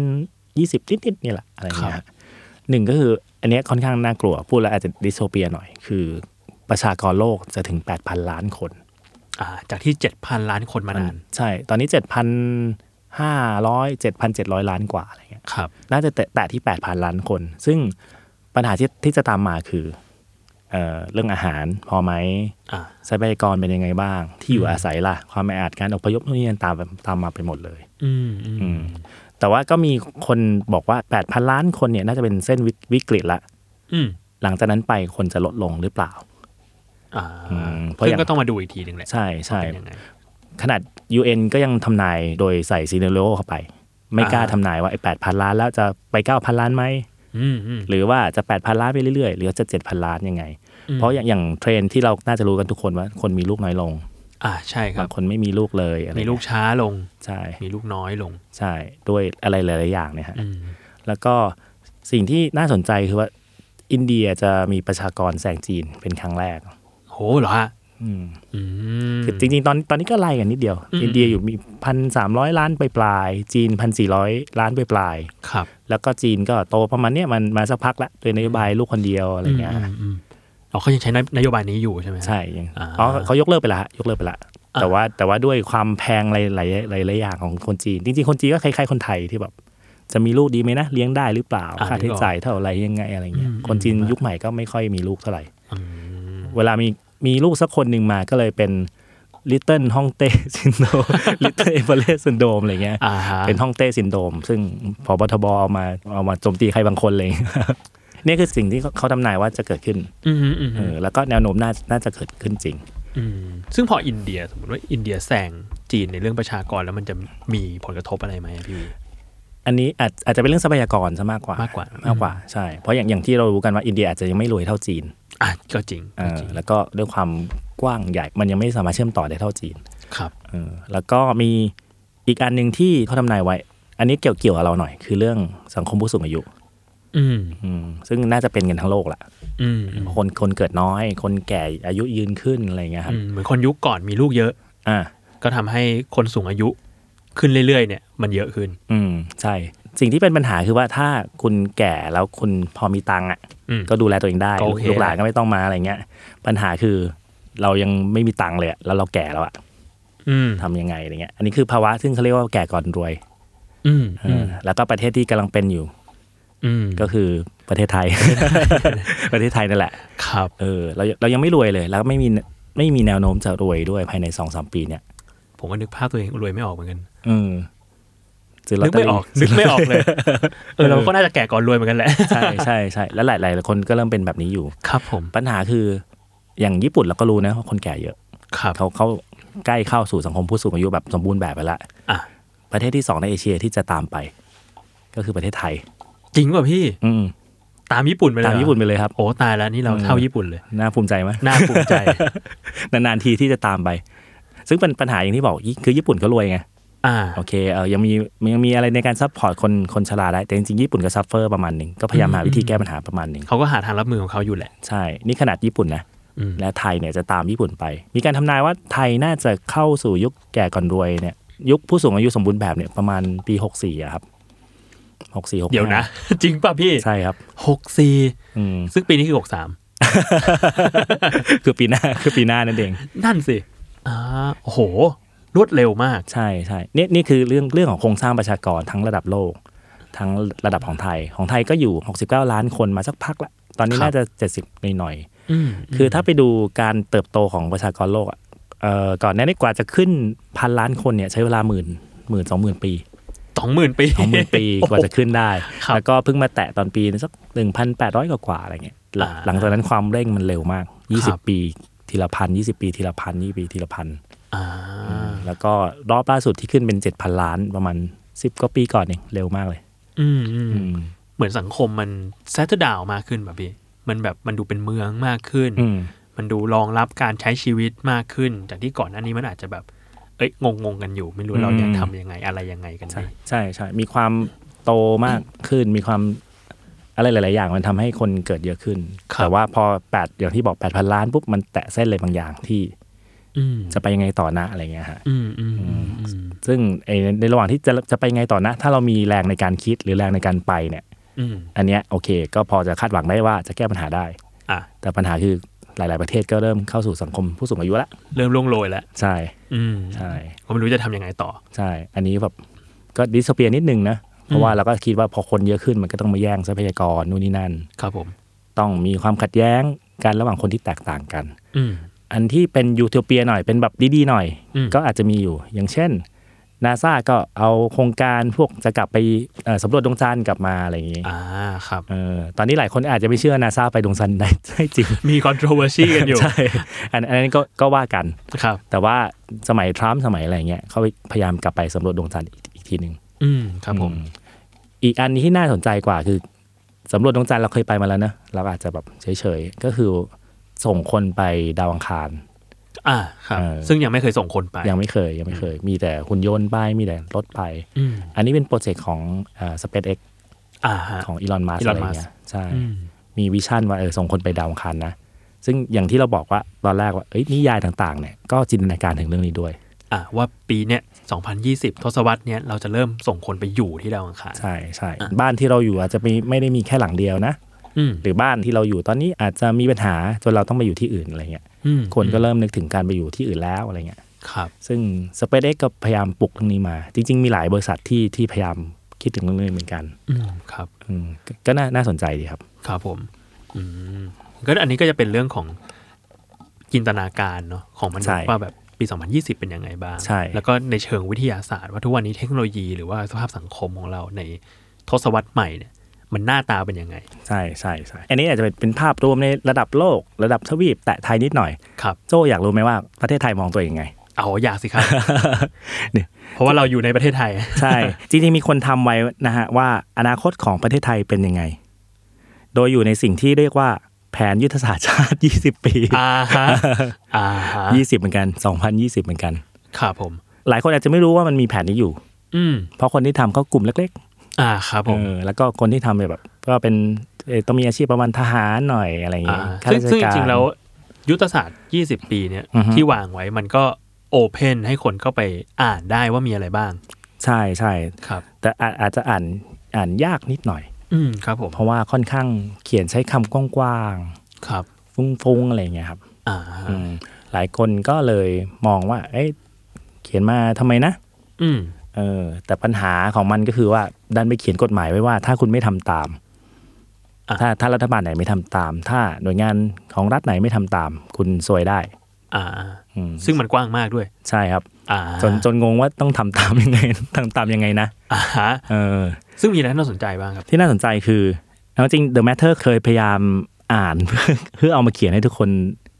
[SPEAKER 2] 2020 นิดๆนี่แหละอะไรเงี้ยหนึ่งก็คืออันเนี้ยค่อนข้างน่ากลัว พูดแล้วอาจจะดิสโทเปียหน่อยคือ ประชากรโลกจะถึง 8,000 ล้านคน
[SPEAKER 4] อ่า จากที่เจ็ดพันล้านคนมานาน
[SPEAKER 2] ใช่ ตอนนี้ 7,500 7,700 ล้านกว่าอะไรเงี้ย
[SPEAKER 4] ครับ
[SPEAKER 2] น่าจะแตะแตะที่ 8,000 ล้านคน ซึ่งปัญหาที่ที่จะตามมาคือเอ่อเรื่องอาหารพอไหม
[SPEAKER 4] อ่า
[SPEAKER 2] ทรัพยากรเป็นยังไงบ้าง ที่อยู่อาศัยล่ะ ความแออัดการอพยพนู่นนี่นั่นตามตามมาไปหมดเลย
[SPEAKER 4] อืมอืม
[SPEAKER 2] อืม แต่ว่าก็มีคนบอกว่า 8,000 ล้านคนเนี่ยน่าจะเป็นเส้นวิวิกฤตละ
[SPEAKER 4] อืม
[SPEAKER 2] หลังจากนั้นไปคนจะลดลงหรือเปล่า
[SPEAKER 4] อ่า
[SPEAKER 2] อืมเพราะอ
[SPEAKER 4] ซึ่ง
[SPEAKER 2] ย่าง
[SPEAKER 4] ก็ต้องมาดูอีกทีหนึ่งแหละ
[SPEAKER 2] ใช่ใช่
[SPEAKER 4] ว่าเป็นยังไง
[SPEAKER 2] ขนาด UN ก็ยังทำนายโดยใส่ซีเนโรเข้าไป ไม่กล้า
[SPEAKER 4] อ่า
[SPEAKER 2] ทำนายว่าไอ้8,000 ล้านแล้วจะไป 9,000 ล้านไหม
[SPEAKER 4] อืมอืม
[SPEAKER 2] หรือว่าจะ 8,000 ล้านไปเรื่อยๆ หรือจะ 7,000 ล้านยังไง เพราะอย่างอย่างเทรนด์ที่เราน่าจะรู้กันทุกคนว่าคนมีลูกน้อยลง
[SPEAKER 4] อ่าใช่ครับ
[SPEAKER 2] า
[SPEAKER 4] บ
[SPEAKER 2] งคนไม่มีลูกเลยอะไร
[SPEAKER 4] มีลูกช้าลง
[SPEAKER 2] ใช่
[SPEAKER 4] มีลูกน้อยลง
[SPEAKER 2] ใช่ด้วยอะไรหลายๆอย่างเนี่ยฮะ
[SPEAKER 4] อืม
[SPEAKER 2] แล้วก็สิ่งที่น่าสนใจคือว่าอินเดียจะมีประชากรแซงจีนเป็นครั้งแรก
[SPEAKER 4] โหเหรอฮะ
[SPEAKER 2] อืม
[SPEAKER 4] อืม
[SPEAKER 2] คือจริงๆ ตอนตอนนี้ก็ไล่กันนิดเดียว
[SPEAKER 4] อืม
[SPEAKER 2] อินเดียอยู่มีพันสามร้อยล้านไปปลายๆจีนพันสี่ร้อยล้านไปปลาย
[SPEAKER 4] ครับ
[SPEAKER 2] ๆแล้วก็จีนก็โตประมาณเนี้ยมันมาสักพักละโดยนโยบายลูกคนเดียวอะไรเงี้ย
[SPEAKER 4] มอืมอ๋อเขายังใช้นโยบายนี้อยู่ใช่ไหมฮะ
[SPEAKER 2] ใช่ยัง
[SPEAKER 4] อ่า
[SPEAKER 2] อ๋อเขายกเลิกไปละยกเลิกไปละ
[SPEAKER 4] อ่า
[SPEAKER 2] แต่ว่าแต่ว่าด้วยความแพงหลายหลายหลายๆอย่างของคนจีน จริงๆ คนจีนก็คล้ายๆคนไทยที่แบบจะมีลูกดีไหมนะเลี้ยงได้หรือเปล่า
[SPEAKER 4] อ่า
[SPEAKER 2] ค่าใช้จ่ายเท่าไหร่ยังไงอะไรเงี้ยคนจีนยุคใหม่ก็ไม่ค่อยมีลูกเท่าไหร่
[SPEAKER 4] อืม
[SPEAKER 2] เวลามีมีลูกสักคนหนึ่งมาก็เลยเป็นลิตเติ้ลฮ่องเต้ ซินโดลิตเติ้ลเอเวอเรสซินโดมอะไรเงี้ย
[SPEAKER 4] อ่าฮะ
[SPEAKER 2] เป็นฮ่องเต้ซินโดม ซึ่งพบทบเอามาเอามาโจมตีใครบางคนเลย เนี่ยคือสิ่งที่เขาเขาทำนายว่าจะเกิดขึ้น
[SPEAKER 4] อืมอืม
[SPEAKER 2] เออแล้วก็แนวโน้มน่าน่าจะเกิดขึ้นจริง
[SPEAKER 4] อืมซึ่งพออินเดียสมมติว่าอินเดียแซงจีนในเรื่องประชากรแล้วมันจะมีผลกระทบอะไรไหมอะพี่วี
[SPEAKER 2] อันนี้อาจอาจจะเป็นเรื่องทรัพยากรซะมากกว่าม
[SPEAKER 4] ากกว่า
[SPEAKER 2] มากกว่าใช่เพราะอย่างอย่างที่เรารู้กันว่าอินเดียอาจจะยังไม่รวยเท่าจีน
[SPEAKER 4] อ่ะก็จริง
[SPEAKER 2] เอ
[SPEAKER 4] ก็
[SPEAKER 2] อ
[SPEAKER 4] จริง
[SPEAKER 2] แล้วก็ด้วยความกว้างใหญ่มันยังไม่สามารถเชื่อมต่อได้เท่าจีน
[SPEAKER 4] ครับ
[SPEAKER 2] เออแล้วก็มีอีกอันหนึ่งที่เขาทำนายไว้ อันนี้เกี่ยวเกี่ยวกับเราหน่อย คือเรื่องสังคมผู้สูงอายุ
[SPEAKER 4] อืม
[SPEAKER 2] อืมซึ่งน่าจะเป็นกันทั้งโลกแหละ
[SPEAKER 4] อืมอืม
[SPEAKER 2] คนคนเกิดน้อย คนแก่อายุยืนขึ้นอะไรเงี้ยครับ
[SPEAKER 4] อืมเหมือนคนยุคก่อนมีลูกเยอะ
[SPEAKER 2] อ่า
[SPEAKER 4] ก็ทำให้คนสูงอายุขึ้นเรื่อยๆเนี่ยมันเยอะขึ้น
[SPEAKER 2] อืมใช่ สิ่งที่เป็นปัญหาคือว่าถ้าคุณแก่แล้วคุณพอมีตังค์อ่ะ
[SPEAKER 4] อืม
[SPEAKER 2] ก็ดูแลตัวเองได้
[SPEAKER 4] ก็โอเค
[SPEAKER 2] ลูกหลานก็ไม่ต้องมาอะไรเงี้ยปัญหาคือเรายังไม่มีตังค์เลยอะแล้วเราแก่แล้วอะ
[SPEAKER 4] อืม
[SPEAKER 2] ทำยังไงอะไรเงี้ยอันนี้คือภาวะซึ่งเขาเรียกว่าแก่ก่อนรวย
[SPEAKER 4] อืม
[SPEAKER 2] เออแล้วก็ประเทศที่กำลังเป็นอยู่
[SPEAKER 4] อืม
[SPEAKER 2] ก็คือประเทศไทย ประเทศไทยนั่นแหละ
[SPEAKER 4] ครับ
[SPEAKER 2] เออเราเรายังไม่รวยเลย แล้วก็ไม่มีไม่มีแนวโน้มจะรวยด้วยภายในสองสามปีเนี่ย
[SPEAKER 4] ผมก็นึกภาพตัวเองรวยไม่ออกเหมือนกัน
[SPEAKER 2] อืมซื้ลต
[SPEAKER 4] นึก
[SPEAKER 2] เตรี่
[SPEAKER 4] ไม่ออก นึกไม่ออก เลยเออเราก็น่าจะแก่ก่อนรวยเหมือนกันแหละ
[SPEAKER 2] ใช่ใช่ใช่แล้วหลายหลาย ๆ คนก็เริ่มเป็นแบบนี้อยู่
[SPEAKER 4] ครับผม
[SPEAKER 2] ปัญหาคืออย่างญี่ปุ่นเราก็รู้นะว่าคนแก่เยอะ
[SPEAKER 4] ครับ
[SPEAKER 2] เขาเขาใกล้เข้าสู่สังคมผู้สูงอายุแบบสมบูรณ์แบบไปละ
[SPEAKER 4] อ่ะ
[SPEAKER 2] ประเทศที่สองในเอเชียที่จะตามไป ก็คือประเทศไทย
[SPEAKER 4] จริงป่ะพี่
[SPEAKER 2] อืม
[SPEAKER 4] ตามญี่ปุ่นไปเลย
[SPEAKER 2] ตามญี่ปุ่นไปเลยครับ
[SPEAKER 4] โอ้ตายแล้วนี่เราเท่าญี่ปุ่น เลย
[SPEAKER 2] น่าภูมิใจ ไหม
[SPEAKER 4] น่าภูมิใจ
[SPEAKER 2] นานๆทีที่จะตามไป ซึ่งเป็นปัญหาอย่างที่บอกคือญี่ปุ่นก็รวยไง
[SPEAKER 4] อ่า
[SPEAKER 2] โอเคเออยังมียังมีอะไรในการซัพพอร์ตคนคนชราได้ แต่จริงๆ ญี่ปุ่นก็ซัฟเฟอร์ประมาณหนึ่งก็พยายามหาวิธีแก้ปัญหาประมาณหนึ่ง
[SPEAKER 4] เขาก็หาทางรับมือของเขาอยู่แหละ
[SPEAKER 2] ใช่ นี่ขนาดญี่ปุ่นนะ
[SPEAKER 4] อืม
[SPEAKER 2] และไทยเนี่ยจะตามญี่ปุ่นไป มีการทำนายว่าไทยน่าจะเข้าสู่ยุคแก่ก่อนรวยเนี่ย ยุคผู้สูงอายุสมบูรณ์แบบเนี่ยประมาณปี 64อะครับ64 65
[SPEAKER 4] เดี๋ยวนะ จริงป่ะพี่
[SPEAKER 2] ใช่ครับ
[SPEAKER 4] หกสี่
[SPEAKER 2] อื ม
[SPEAKER 4] ซึ่งปีนี้คือหกสาม
[SPEAKER 2] คือปีหน้า คือปีหน้านั่นเอง
[SPEAKER 4] นั่นสิอ่าโอ้โห รวดเร็วมาก
[SPEAKER 2] ใช่ใช่นี่นี่คือเรื่องเรื่องของโครงสร้างประชากรทั้งระดับโลก ทั้งระดับของไทยของไทยก็อยู่ 69 ล้านคนมาสักพักละ ตอนนี้
[SPEAKER 4] ครับ
[SPEAKER 2] น่าจะ 70หน่อย
[SPEAKER 4] อืม
[SPEAKER 2] ๆคือถ้าไปดูการเติบโตของประชากรโลกอะเอ่อก่อนหน้านี้กว่าจะขึ้นพันล้านคนเนี่ยใช้เวลาหมื่นหมื่นสองหมื่นปี
[SPEAKER 4] สองหมื่นปี
[SPEAKER 2] สองหมื่ นปีกว่าจะขึ้นได้
[SPEAKER 4] ครับ
[SPEAKER 2] แล้วก็เพิ่งมาแตะตอนปีสักหนึ่งพันแปดร้อยกว่าๆอะไรเงี้ยหลัง
[SPEAKER 4] อ่า
[SPEAKER 2] หลังจากนั้นความเร่งมันเร็วมากยี่
[SPEAKER 4] ค
[SPEAKER 2] สิ
[SPEAKER 4] รั
[SPEAKER 2] บบ ปีทีละพันยี่สิบปีทีละพันยี่ปีทีละพัน
[SPEAKER 4] อ่า
[SPEAKER 2] แล้วก็รอบล่าสุดที่ขึ้นเป็นเจ็ดพันล้านประมาณสิบกว่าปีก่อนเองเร็วมากเลย
[SPEAKER 4] อืมอืม
[SPEAKER 2] อืม
[SPEAKER 4] เหมือนสังคมมันแซดดาวมากขึ้นแบบพี่ มันแบบมันดูเป็นเมืองมากขึ้น
[SPEAKER 2] อืม
[SPEAKER 4] มันดูรองรับการใช้ชีวิตมากขึ้น จากที่ก่อนหน้านี้มันอาจจะแบบ เอ้ยงงงๆกันอยู่ ไม่รู้เราอยากทำยังไงอะไรยังไงกัน
[SPEAKER 2] ใช่
[SPEAKER 4] ดี
[SPEAKER 2] ใช่ใช่มีความโตมากขึ้นมีความอะไรหลาย ๆ อย่างมันทำให้คนเกิดเยอะขึ้น แต่ว่าพอแปดอย่างที่บอกแปดพันล้านปุ๊บมันแตะเส้นเลยบางอย่างที่
[SPEAKER 4] อืม
[SPEAKER 2] จะไปยังไงต่อนะอะไรเงี้ยฮะ
[SPEAKER 4] อืมอืมอืมอืม
[SPEAKER 2] ซึ่งไอ้ในระหว่างที่จะจะไปไงต่อนะ ถ้าเรามีแรงในการคิดหรือแรงในการไปเนี่ย
[SPEAKER 4] อืม
[SPEAKER 2] อันเนี้ยโอเค ก็พอจะคาดหวังได้ว่าจะแก้ปัญหาได้
[SPEAKER 4] อ่ะ
[SPEAKER 2] แต่ปัญหาคือหลาย ๆ ประเทศก็เริ่มเข้าสู่สังคมผู้สูงอายุละ
[SPEAKER 4] เริ่มล่วงโรยแล้ว
[SPEAKER 2] ใช่
[SPEAKER 4] อืม
[SPEAKER 2] ใช่
[SPEAKER 4] ก็ไม่รู้จะทำยังไงต่อ
[SPEAKER 2] ใช่ อันนี้แบบก็ดิสเปียนิดนึงนะ เพราะว่าเราก็คิดว่าพอคนเยอะขึ้นมันก็ต้องมาแย่งทรัพยากรนู่นนี่นั่น
[SPEAKER 4] ครับผม
[SPEAKER 2] ต้องมีความขัดแย้งกันระหว่างคนที่แตกต่างกัน
[SPEAKER 4] อืม
[SPEAKER 2] อันที่เป็นยูโทเปียหน่อยเป็นแบบดีๆหน่อย
[SPEAKER 4] อืม
[SPEAKER 2] ก็อาจจะมีอยู่ อย่างเช่นนาซาก็เอาโครงการพวกจะกลับไปเอ่อสำรวจดวงจันทร์กลับมาอะไรอย่างนี้
[SPEAKER 4] อ่าครับ
[SPEAKER 2] เออตอนนี้หลายคนอาจจะไม่เชื่อนาซาไปดวงจันทร์ ได้ได้จริง
[SPEAKER 4] มี controversy กันอยู่
[SPEAKER 2] ใช่อันอันนั้นก็ก็ว่ากัน
[SPEAKER 4] ครับ
[SPEAKER 2] แต่ว่าสมัยทรัมป์สมัยอะไรเงี้ยเขาพยายามกลับไปสำรวจดวงจันทร์อีกอีกทีหนึ่ง
[SPEAKER 4] อืม ครับผม
[SPEAKER 2] อือีกอันนี้ที่น่าสนใจกว่าคือสำรวจดวงจันทร์เราเคยไปมาแล้วนะเราอาจจะแบบเฉยๆก็คือส่งคนไปดาวอังคาร
[SPEAKER 4] อ่า ครับ
[SPEAKER 2] เออ
[SPEAKER 4] ซึ่งยังไม่เคยส่งคนไป
[SPEAKER 2] ยังไม่เคยยังไม่เคย มีแต่หุ่นยนต์ไปมีแต่รถไป
[SPEAKER 4] อืม
[SPEAKER 2] อันนี้เป็นโปรเจกต์ของเอ่อ SpaceX
[SPEAKER 4] อ่าฮะ
[SPEAKER 2] ของอีลอนมัส
[SPEAKER 4] Elon
[SPEAKER 2] อะไรเงี้ย
[SPEAKER 4] Musk
[SPEAKER 2] ใช่
[SPEAKER 4] อืม
[SPEAKER 2] มีวิชั่นว่าเออส่งคนไปดาวอังคารนะ ซึ่งอย่างที่เราบอกว่าตอนแรกว่าเอ้ยนิยายต่างๆเนี่ยก็จินตนาการถึงเรื่องนี้ด้วย
[SPEAKER 4] อ่ะว่าปีเนี้ย2020 ทศวรรษเนี้ยเราจะเริ่มส่งคนไปอยู่ที่ดาวอังคาร
[SPEAKER 2] ใช่ใช่บ้านที่เราอยู่อาจจะไม่ไม่ได้มีแค่หลังเดียวนะ
[SPEAKER 4] อืม
[SPEAKER 2] หรือบ้านที่เราอยู่ตอนนี้อาจจะมีปัญหาจนเราต้องไปอยู่ที่อื่นอะไรเงี้ย
[SPEAKER 4] อืม
[SPEAKER 2] คนก็เริ่มนึกถึงการไปอยู่ที่อื่นแล้วอะไรเงี้ย
[SPEAKER 4] ครับ
[SPEAKER 2] ซึ่ง SpaceX ก็พยายามปลุกเรื่องนี้มา จริง ๆ มีหลายบริษัทที่ที่พยายามคิดถึงเรื่องนี้เหมือนกัน
[SPEAKER 4] อืม ครับ
[SPEAKER 2] อืมก็ก็น่าน่าสนใจดีครับ
[SPEAKER 4] ครับผม อืม ก็อันนี้ก็จะเป็นเรื่องของจินตนาการเนาะของมนุษ
[SPEAKER 2] ใช่
[SPEAKER 4] ย์ว่าแบบปี 2020 เป็นยังไงบ้าง
[SPEAKER 2] ใช่
[SPEAKER 4] แล้วก็ในเชิงวิทยาศาสตร์ ว่าทุกวันนี้เทคโนโลยีหรือว่าสภาพสังคมของเราในทศวรรษใหม่เนี่ย มันหน้าตาเป็นยังไง
[SPEAKER 2] ใช่ใช่ใช่อันนี้อาจจะเป็นเป็นภาพรวมในระดับโลก ระดับทวีป แต่ไทยนิดหน่อย
[SPEAKER 4] ครับ
[SPEAKER 2] โจอยากรู้ไหมว่าประเทศไทยมองตัวเอง ยังไง
[SPEAKER 4] เอาอยากสิ ครับ
[SPEAKER 2] เนี่ย
[SPEAKER 4] เพราะว่าเราอยู่ในประเทศไท ย
[SPEAKER 2] ใช่ จริงๆมีคนทำไว้นะฮะว่าอนาคตของประเทศไทยเป็นยังไง โดยอยู่ในสิ่งที่เรียกว่าแผนยุทธศาสตร์ชาติ 20 ปี
[SPEAKER 4] อ่าฮะ อ่าฮะ
[SPEAKER 2] 20 เหมือนกัน 2020 เหมือนกัน
[SPEAKER 4] ครับผม
[SPEAKER 2] หลายคนอาจจะไม่รู้ว่ามันมีแผนนี้อยู่
[SPEAKER 4] อืม
[SPEAKER 2] เพราะคนที่ทำก็กลุ่มเล็ก
[SPEAKER 4] อ่าครับผ
[SPEAKER 2] ๆ
[SPEAKER 4] ม
[SPEAKER 2] เออแล้วก็คนที่ทำเนี่ยแบบก็เป็นเอ่อต้องมีอาชีพประมาณทหารหน่อยอะไรอย่าง
[SPEAKER 4] อ่า
[SPEAKER 2] เงี้ย
[SPEAKER 4] ซึ่งซึ่งจ
[SPEAKER 2] ข้าาการ
[SPEAKER 4] ริงๆแล้วยุทธศาสตร์ 20 ปีเนี่ย
[SPEAKER 2] อือฮึ
[SPEAKER 4] ที่วางไว้มันก็โอเพนให้คนเข้าไปอ่านได้ว่ามีอะไรบ้าง
[SPEAKER 2] ใช่ใช่
[SPEAKER 4] ครับ
[SPEAKER 2] แต่อาอาจจะอ่านอ่านยากนิดหน่อย
[SPEAKER 4] อืมครับผม
[SPEAKER 2] เพราะว่าค่อนข้างเขียนใช้คำกว้าง
[SPEAKER 4] ครับ
[SPEAKER 2] ๆฟุ้งๆอะไรอย่างเงี้ยครับ
[SPEAKER 4] อ่าฮะ
[SPEAKER 2] อืมหลายคนก็เลยมองว่า เอ๊ะเขียนมาทำไมนะ
[SPEAKER 4] อืม
[SPEAKER 2] เออแต่ปัญหาของมันก็คือว่าดันไปเขียนกฎหมายไว้ว่า ถ้าคุณไม่ทำตาม
[SPEAKER 4] อ่ะ
[SPEAKER 2] ถ้าถ้ารัฐบาลไหนไม่ทำตาม ถ้าหน่วยงานของรัฐไหนไม่ทำตาม คุณซวยได้
[SPEAKER 4] อ่า
[SPEAKER 2] อืม
[SPEAKER 4] ซึ่งมันกว้างมากด้วย
[SPEAKER 2] ใช่ครับ
[SPEAKER 4] อ่า
[SPEAKER 2] จนจนงงว่าต้องทำตามยังไง ทำตามยังไงนะ
[SPEAKER 4] อ่าฮะ
[SPEAKER 2] เออ
[SPEAKER 4] ซึ่งมีอะไรน่าสนใจบ้างครับ
[SPEAKER 2] ที่น่าสนใจคือเอาจริง The Matter เคยพยายามอ่าน เพื่อเพื่อเอามาเขียนให้ทุกคน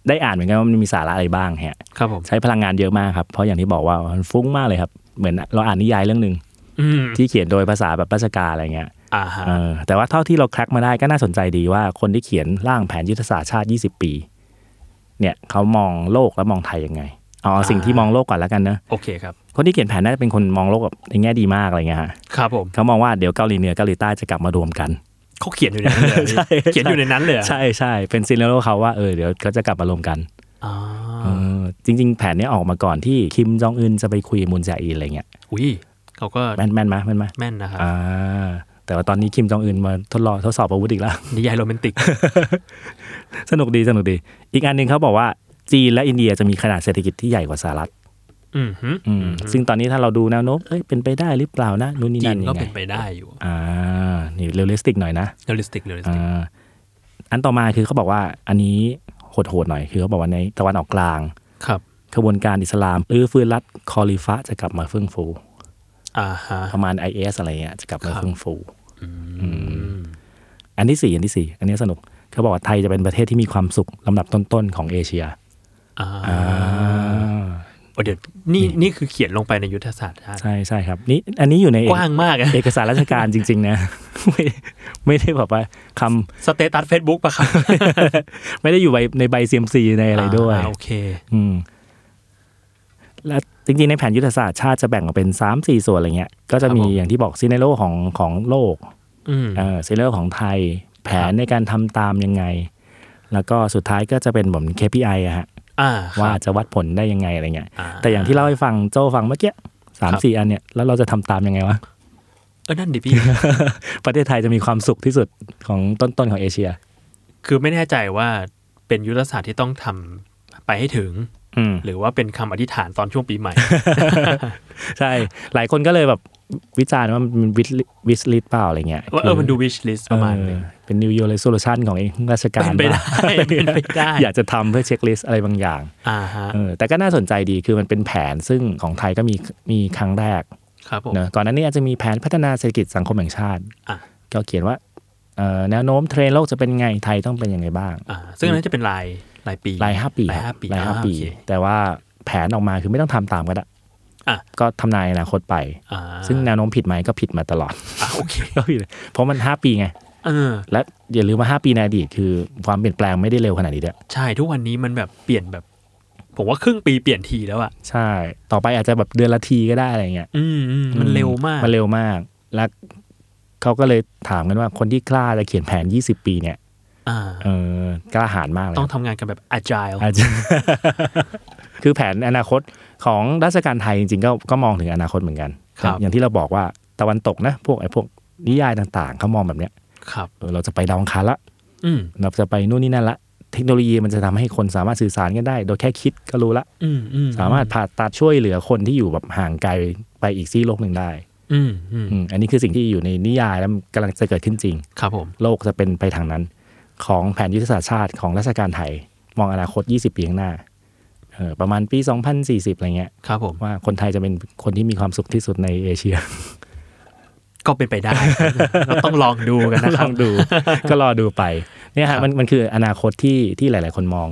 [SPEAKER 2] ได้อ่านเหมือนกันว่ามันมีสาระอะไรบ้างฮะ
[SPEAKER 4] ครับผม
[SPEAKER 2] ใช้พลังงานเยอะมากครับ เพราะอย่างที่บอกว่ามันฟุ้งมากเลยครับ เหมือนเราอ่านนิยายเรื่องหนึ่ง
[SPEAKER 4] อืม
[SPEAKER 2] ที่เขียนโดยภาษาแบบราชการอะไรเงี้ย
[SPEAKER 4] อ่าฮะ
[SPEAKER 2] เออแต่ว่าเท่าที่เราแคร็กมาได้ก็น่าสนใจดีว่าคนที่เขียนร่างแผนยุทธศาสตร์ชาติ 20 ปี เนี่ยเขามองโลกและมองไทยยังไงเอาเอาสิ่งที่มองโลกก่อนแล้วกันนะ
[SPEAKER 4] โอเคครับ
[SPEAKER 2] คนที่เขียนแผนน่าจะเป็นคนมองโลกแบบในแง่ดีมากอะไรเงี้ยฮะ
[SPEAKER 4] ครับผม
[SPEAKER 2] เขามองว่าเดี๋ยวเกาหลีเหนือเกาหลีใต้จะกลับมารวมกัน
[SPEAKER 4] เขาเขียนอยู่ในนั้นเลย
[SPEAKER 2] ใช่
[SPEAKER 4] เขียนอยู่ในนั้นเลยเหรอ
[SPEAKER 2] ใช่ใช่เป็นซีนเรียลเขาว่าเออเดี๋ยวเขาจะกลับมารวมกัน
[SPEAKER 4] อ๋อ
[SPEAKER 2] เออจริง ๆ แผนเนี้ยออกมาก่อนที่คิมจองอึนจะไปคุยกับมุนแจอีอะไรเงี้ย
[SPEAKER 4] อุ้ยเขาก็
[SPEAKER 2] แม่นแม่นไหมยแม่นไหมย
[SPEAKER 4] แม่นนะครับ
[SPEAKER 2] อ่าแต่ว่าตอนนี้คิมจองอึนมาทดลองทดสอบอาวุธอีกแล้ว
[SPEAKER 4] นิยายโรแมนติก
[SPEAKER 2] สนุกดีสนุกดี อีกอันหนึ่งเขาบอกว่าจีนและอินเดียจะมีขนาดเศรษฐกิจที่ใหญ่กว่าสหรัฐ
[SPEAKER 4] อืมฮึ
[SPEAKER 2] อืมซึ่งตอนนี้ถ้าเราดูแนวโน้มเอ้ยเป็นไปได้หรือเปล่านะนู่นนี่
[SPEAKER 4] จี
[SPEAKER 2] นั่
[SPEAKER 4] น
[SPEAKER 2] น
[SPEAKER 4] ก็
[SPEAKER 2] ยังไง
[SPEAKER 4] เป็นไปได้อยู่
[SPEAKER 2] อ่านี่เรียลลิสติกหน่อยนะ
[SPEAKER 4] เรียลลิสติกเรียลลิสติก
[SPEAKER 2] อ่าอันต่อมาคือเขาบอกว่าอันนี้โหดๆหน่อยคือเขาบอกว่าในตะวันออกกลาง
[SPEAKER 4] ครับ
[SPEAKER 2] ขบวนการอิสลามอื้อฟื้นรัฐคอลิฟะจะกลับมาเฟื่องฟู
[SPEAKER 4] อ่าฮะ
[SPEAKER 2] ประมาณ IS อะไรเงี้ยจะกลับมา
[SPEAKER 4] ครับ
[SPEAKER 2] เฟื่องฟู
[SPEAKER 4] อืม
[SPEAKER 2] อันที่สี่อันที่สี่อันนี้สนุกเขาบอกว่าไทยจะเป็นประเทศที่มีความสุขลำดับต้นๆของเอเชีย
[SPEAKER 4] อ่าโอ้เดี๋ยวนี่นี่คือเขียนลงไปในยุทธศาสตร์ชาติ
[SPEAKER 2] ใช่ใช่ครับนี่อันนี้อยู่ในเอก
[SPEAKER 4] ว้างมากอะ
[SPEAKER 2] เอกสารราชการจริง ๆ นะ ไม่ไม่ได้แบบว่าคำ
[SPEAKER 4] สเตตัสเฟซบุ๊กปะครับ
[SPEAKER 2] ไม่ได้อยู่ใบในใบ CMC ในอะไรด้วย
[SPEAKER 4] าโอเค
[SPEAKER 2] อืมและจริงๆ ในแผนยุทธศาสตร์ชาติจะแบ่งออกเป็น 3 4 ส่วนอะไรเงี้ย ก็จะ
[SPEAKER 4] ค
[SPEAKER 2] มี
[SPEAKER 4] รับผม
[SPEAKER 2] อย่างที่บอกซีเนโรของของโลก
[SPEAKER 4] อืม
[SPEAKER 2] เออซีเนโรของไทย แผนในการทำตามยังไง แล้วก็สุดท้ายก็จะเป็นเหมือน KPI อะฮะ
[SPEAKER 4] อ่าครับ
[SPEAKER 2] ว่าจะวัดผลได้ยังไงอะไรเงี้ย
[SPEAKER 4] อ่า
[SPEAKER 2] แต่อย่างที่เล่าให้ฟังโจ้ฟังเมื่อกี้สาม
[SPEAKER 4] ครับ
[SPEAKER 2] สี่อันเนี่ยแล้วเราจะทำตามยังไงวะ
[SPEAKER 4] เออนั่นดิพี่
[SPEAKER 2] ประเทศไทยจะมีความสุขที่สุดของต้นๆของเอเชีย
[SPEAKER 4] คือไม่แน่ใจว่าเป็นยุทธศาสตร์ที่ต้องทำไปให้ถึง
[SPEAKER 2] อืม
[SPEAKER 4] หรือว่าเป็นคำอธิษฐานตอนช่วงปีใหม่
[SPEAKER 2] ใช่ หลายคนก็เลยแบบวิจารณ์ว่ามันวิสลิดเปล่าอะไรเงี้ย
[SPEAKER 4] ว่าเอ
[SPEAKER 2] คือ อ
[SPEAKER 4] มันดู wish list ประมาณหนึง
[SPEAKER 2] เออเป็น New Year Resolution ของเองราชการ
[SPEAKER 4] เป็นไปได้
[SPEAKER 2] บ้า ง
[SPEAKER 4] เป็นไปได้
[SPEAKER 2] อยากจะทำเพื่อเช็คลิสต์อะไรบางอย่าง
[SPEAKER 4] อ่าฮะ
[SPEAKER 2] เออแต่ก็น่าสนใจดีคือมันเป็นแผนซึ่งของไทยก็มีมีครั้งแรก
[SPEAKER 4] ครับผม
[SPEAKER 2] เนอะก่อนหน้านี้อาจจะมีแผนพัฒนาเศรษฐกิจสังคมแห่งชาติ
[SPEAKER 4] อ่ะ
[SPEAKER 2] ก็เขียนว่าเอ่อแนวโน้มเทรนด์โลกจะเป็นไงไทยต้องเป็นยังไงบ้าง
[SPEAKER 4] อ่า ซึ่งอันนั้นจะเป็นรายรายปี
[SPEAKER 2] รายห้าปี
[SPEAKER 4] รายห้าปี
[SPEAKER 2] รายห้าปี
[SPEAKER 4] อ่าโอเค
[SPEAKER 2] แต่ว่าแผนออกมาคือไม่ต้องทำตามก็ได้
[SPEAKER 4] อ่ะ
[SPEAKER 2] ก็ทำนายอนาคตไป
[SPEAKER 4] อ่า
[SPEAKER 2] ซึ่งแนวโน้มผิดไหมก็ผิดมาตลอด
[SPEAKER 4] อ่าโอเค
[SPEAKER 2] ก็ผิดเลยเพราะมันห้าปีไง
[SPEAKER 4] เออ
[SPEAKER 2] และอย่าลืมว่าห้าปีในอดีตคือความเปลี่ยนแปลงไม่ได้เร็วขนาดนี้ด้วย
[SPEAKER 4] ใช่ทุกวันนี้มันแบบเปลี่ยนแบบ ผมว่าครึ่งปีเปลี่ยนทีแล้วอะ
[SPEAKER 2] ใช่ ต่อไปอาจจะแบบเดือนละทีก็ได้อะไรเงี้ย
[SPEAKER 4] อืมอืมมันเร็วมาก
[SPEAKER 2] มันเร็วมาก แล้วเขาก็เลยถามกันว่าคนที่กล้าจะเขียนแผน 20 ปีเนี่ย
[SPEAKER 4] อ่า
[SPEAKER 2] เออกล้าหาญมากเลย
[SPEAKER 4] ต้องทำงานกันแบบ agile
[SPEAKER 2] อาจจะ คือแผนอนาคตของรัชการไทยจริงๆก็ก็มองถึงอนาคตเหมือนกัน
[SPEAKER 4] ครับ
[SPEAKER 2] อย่างที่เราบอกว่าตะวันตกนะ พวกไอ้พวกนิยายต่างๆเขามองแบบเนี้ย
[SPEAKER 4] ครับ
[SPEAKER 2] เออเราจะไปดาวอังคารละ
[SPEAKER 4] อืม
[SPEAKER 2] เราจะไปนู่นนี่นั่นละ เทคโนโลยีมันจะทำให้คนสามารถสื่อสารกันได้ โดยแค่คิดก็รู้ละ
[SPEAKER 4] อืมอืม
[SPEAKER 2] สามารถผ่าตัดช่วยเหลือคนที่อยู่แบบห่างไกลไปอีกซีกโลกหนึ่งได้
[SPEAKER 4] อืมอืม
[SPEAKER 2] อืมอันนี้คือสิ่งที่อยู่ในนิยายแล้วมันกำลังจะเกิดขึ้นจริง
[SPEAKER 4] ครับผม
[SPEAKER 2] โลกจะเป็นไปทางนั้น ของแผนยุทธศาสตร์ชาติของรัชการไทย มองอนาคต 20 ปีข้างหน้าเออประมาณปี 2040 อะไรเงี้ย
[SPEAKER 4] ครับผม
[SPEAKER 2] ว่าคนไทยจะเป็นคนที่มีความสุขที่สุดในเอเชีย
[SPEAKER 4] ก็เป็นไปได้ เราต้องลองดูกันนะค
[SPEAKER 2] ล
[SPEAKER 4] รับ
[SPEAKER 2] องดู ก็รอดูไปเนี่ย
[SPEAKER 4] ครั
[SPEAKER 2] ฮะ
[SPEAKER 4] บ
[SPEAKER 2] มันมันคืออนาคตที่ที่หลาย ๆ คนมอง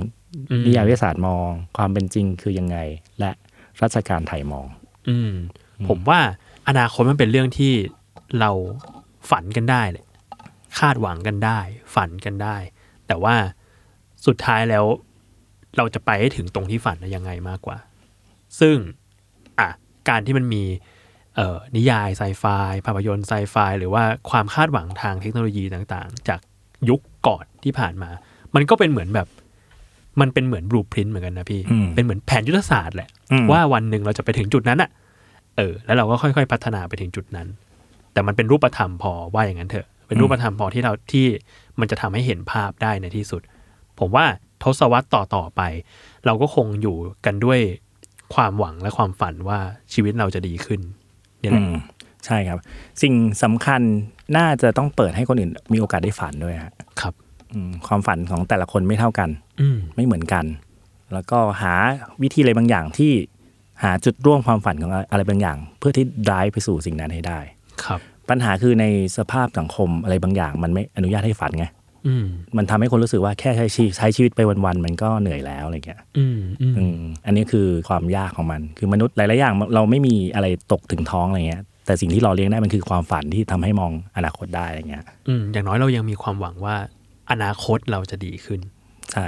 [SPEAKER 4] อืม
[SPEAKER 2] นิยายวิทยาศาสตร์มองความเป็นจริงคือยังไง และรัชการไทยมอง
[SPEAKER 4] อืม ผมว่าอนาคตมันเป็นเรื่องที่เราฝันกันได้เลยคาดหวังกันได้ ฝันกันได้ แต่ว่าสุดท้ายแล้ว เราจะไปให้ถึงตรงที่ฝันน่ะยังไงมากกว่า ซึ่งอ่ะการที่มันมีเอ่อนิยายไซไฟภาพยนตร์ไซไฟหรือว่าความคาดหวังทางเทคโนโลยีต่างๆ จากยุคก่อนที่ผ่านมา มันก็เป็นเหมือนแบบ มันเป็นเหมือนบลูพรินต์เหมือนกันนะพี่
[SPEAKER 2] อืม
[SPEAKER 4] เป็นเหมือนแผนยุทธศาสตร์แหละ
[SPEAKER 2] อืม
[SPEAKER 4] ว่าวันหนึ่งเราจะไปถึงจุดนั้นอะเออ แล้วเราก็ค่อยๆ พัฒนาไปถึงจุดนั้น แต่มันเป็นรูปธรรมพอว่าอย่างนั้นเถอะ เป็นรูปธรรมพอที่เราที่มันจะทำให้เห็นภาพได้ในที่สุด ผมว่าทศวรรษต่อต่อๆไป เราก็คงอยู่กันด้วยความหวังและความฝันว่าชีวิตเราจะดีขึ้นเนี่ยแหละ
[SPEAKER 2] ใช่ครับ สิ่งสำคัญน่าจะต้องเปิดให้คนอื่นมีโอกาสได้ฝันด้วยฮะ
[SPEAKER 4] ครับ
[SPEAKER 2] อืมความฝันของแต่ละคนไม่เท่ากัน
[SPEAKER 4] อืม
[SPEAKER 2] ไม่เหมือนกัน แล้วก็หาวิธีอะไรบางอย่างที่หาจุดร่วมความฝันของอะไรบางอย่าง เพื่อที่ดライไปสู่สิ่งนั้นให้ได้
[SPEAKER 4] ครับ
[SPEAKER 2] ปัญหาคือในสภาพสังคมอะไรบางอย่าง มันไม่อนุญาตให้ฝันไง
[SPEAKER 4] อืม
[SPEAKER 2] มันทำให้คนรู้สึกว่าแค่ใช้ชีใช้ชีวิตไปวันๆมันก็เหนื่อยแล้วอะไรเงี้ย
[SPEAKER 4] อืมอืม
[SPEAKER 2] อืมอันนี้คือความยากของมัน คือมนุษย์หลายๆอย่างเราไม่มีอะไรตกถึงท้องอะไรเงี้ย แต่สิ่งที่เราเลี้ยงได้มันคือความฝันที่ทำให้มองอนาคตได้อะไรเงี้ย
[SPEAKER 4] อืมอย่างน้อยเรายังมีความหวังว่า อนาคตเราจะดีขึ้น
[SPEAKER 2] ใช่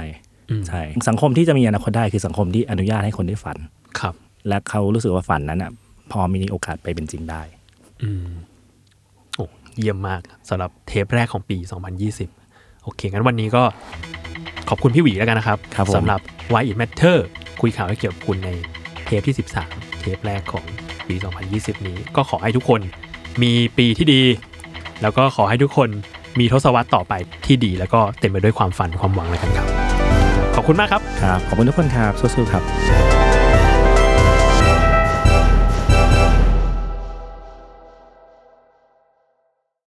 [SPEAKER 4] อืม
[SPEAKER 2] ใช่ สังคมที่จะมีอนาคตได้คือสังคมที่อนุญาตให้คนได้ฝัน
[SPEAKER 4] ครับ
[SPEAKER 2] และเขารู้สึกว่าฝันนั้นอ่ะพอมีโอกาสไปเป็นจริงได้
[SPEAKER 4] อืมโอ้เยี่ยมมากสำหรับเทปแรกของปี 2020 โอเค งั้นวันนี้ก็ขอบคุณพี่หวีแล้วกันนะครับ
[SPEAKER 2] ครับผม
[SPEAKER 4] สำหรับ Why It Matter คุยข่าวให้เกี่ยวกับคุณในเทปที่ 13 เทปแรกของปี 2020 นี้ ก็ขอให้ทุกคนมีปีที่ดี แล้วก็ขอให้ทุกคนมีทศวรรษต่อไปที่ดี แล้วก็เต็มไปด้วยความฝันความหวังแล้วกันครับ ขอบคุณมากครับ
[SPEAKER 2] ครับ ขอบคุณทุกคนครับสู้ๆครับ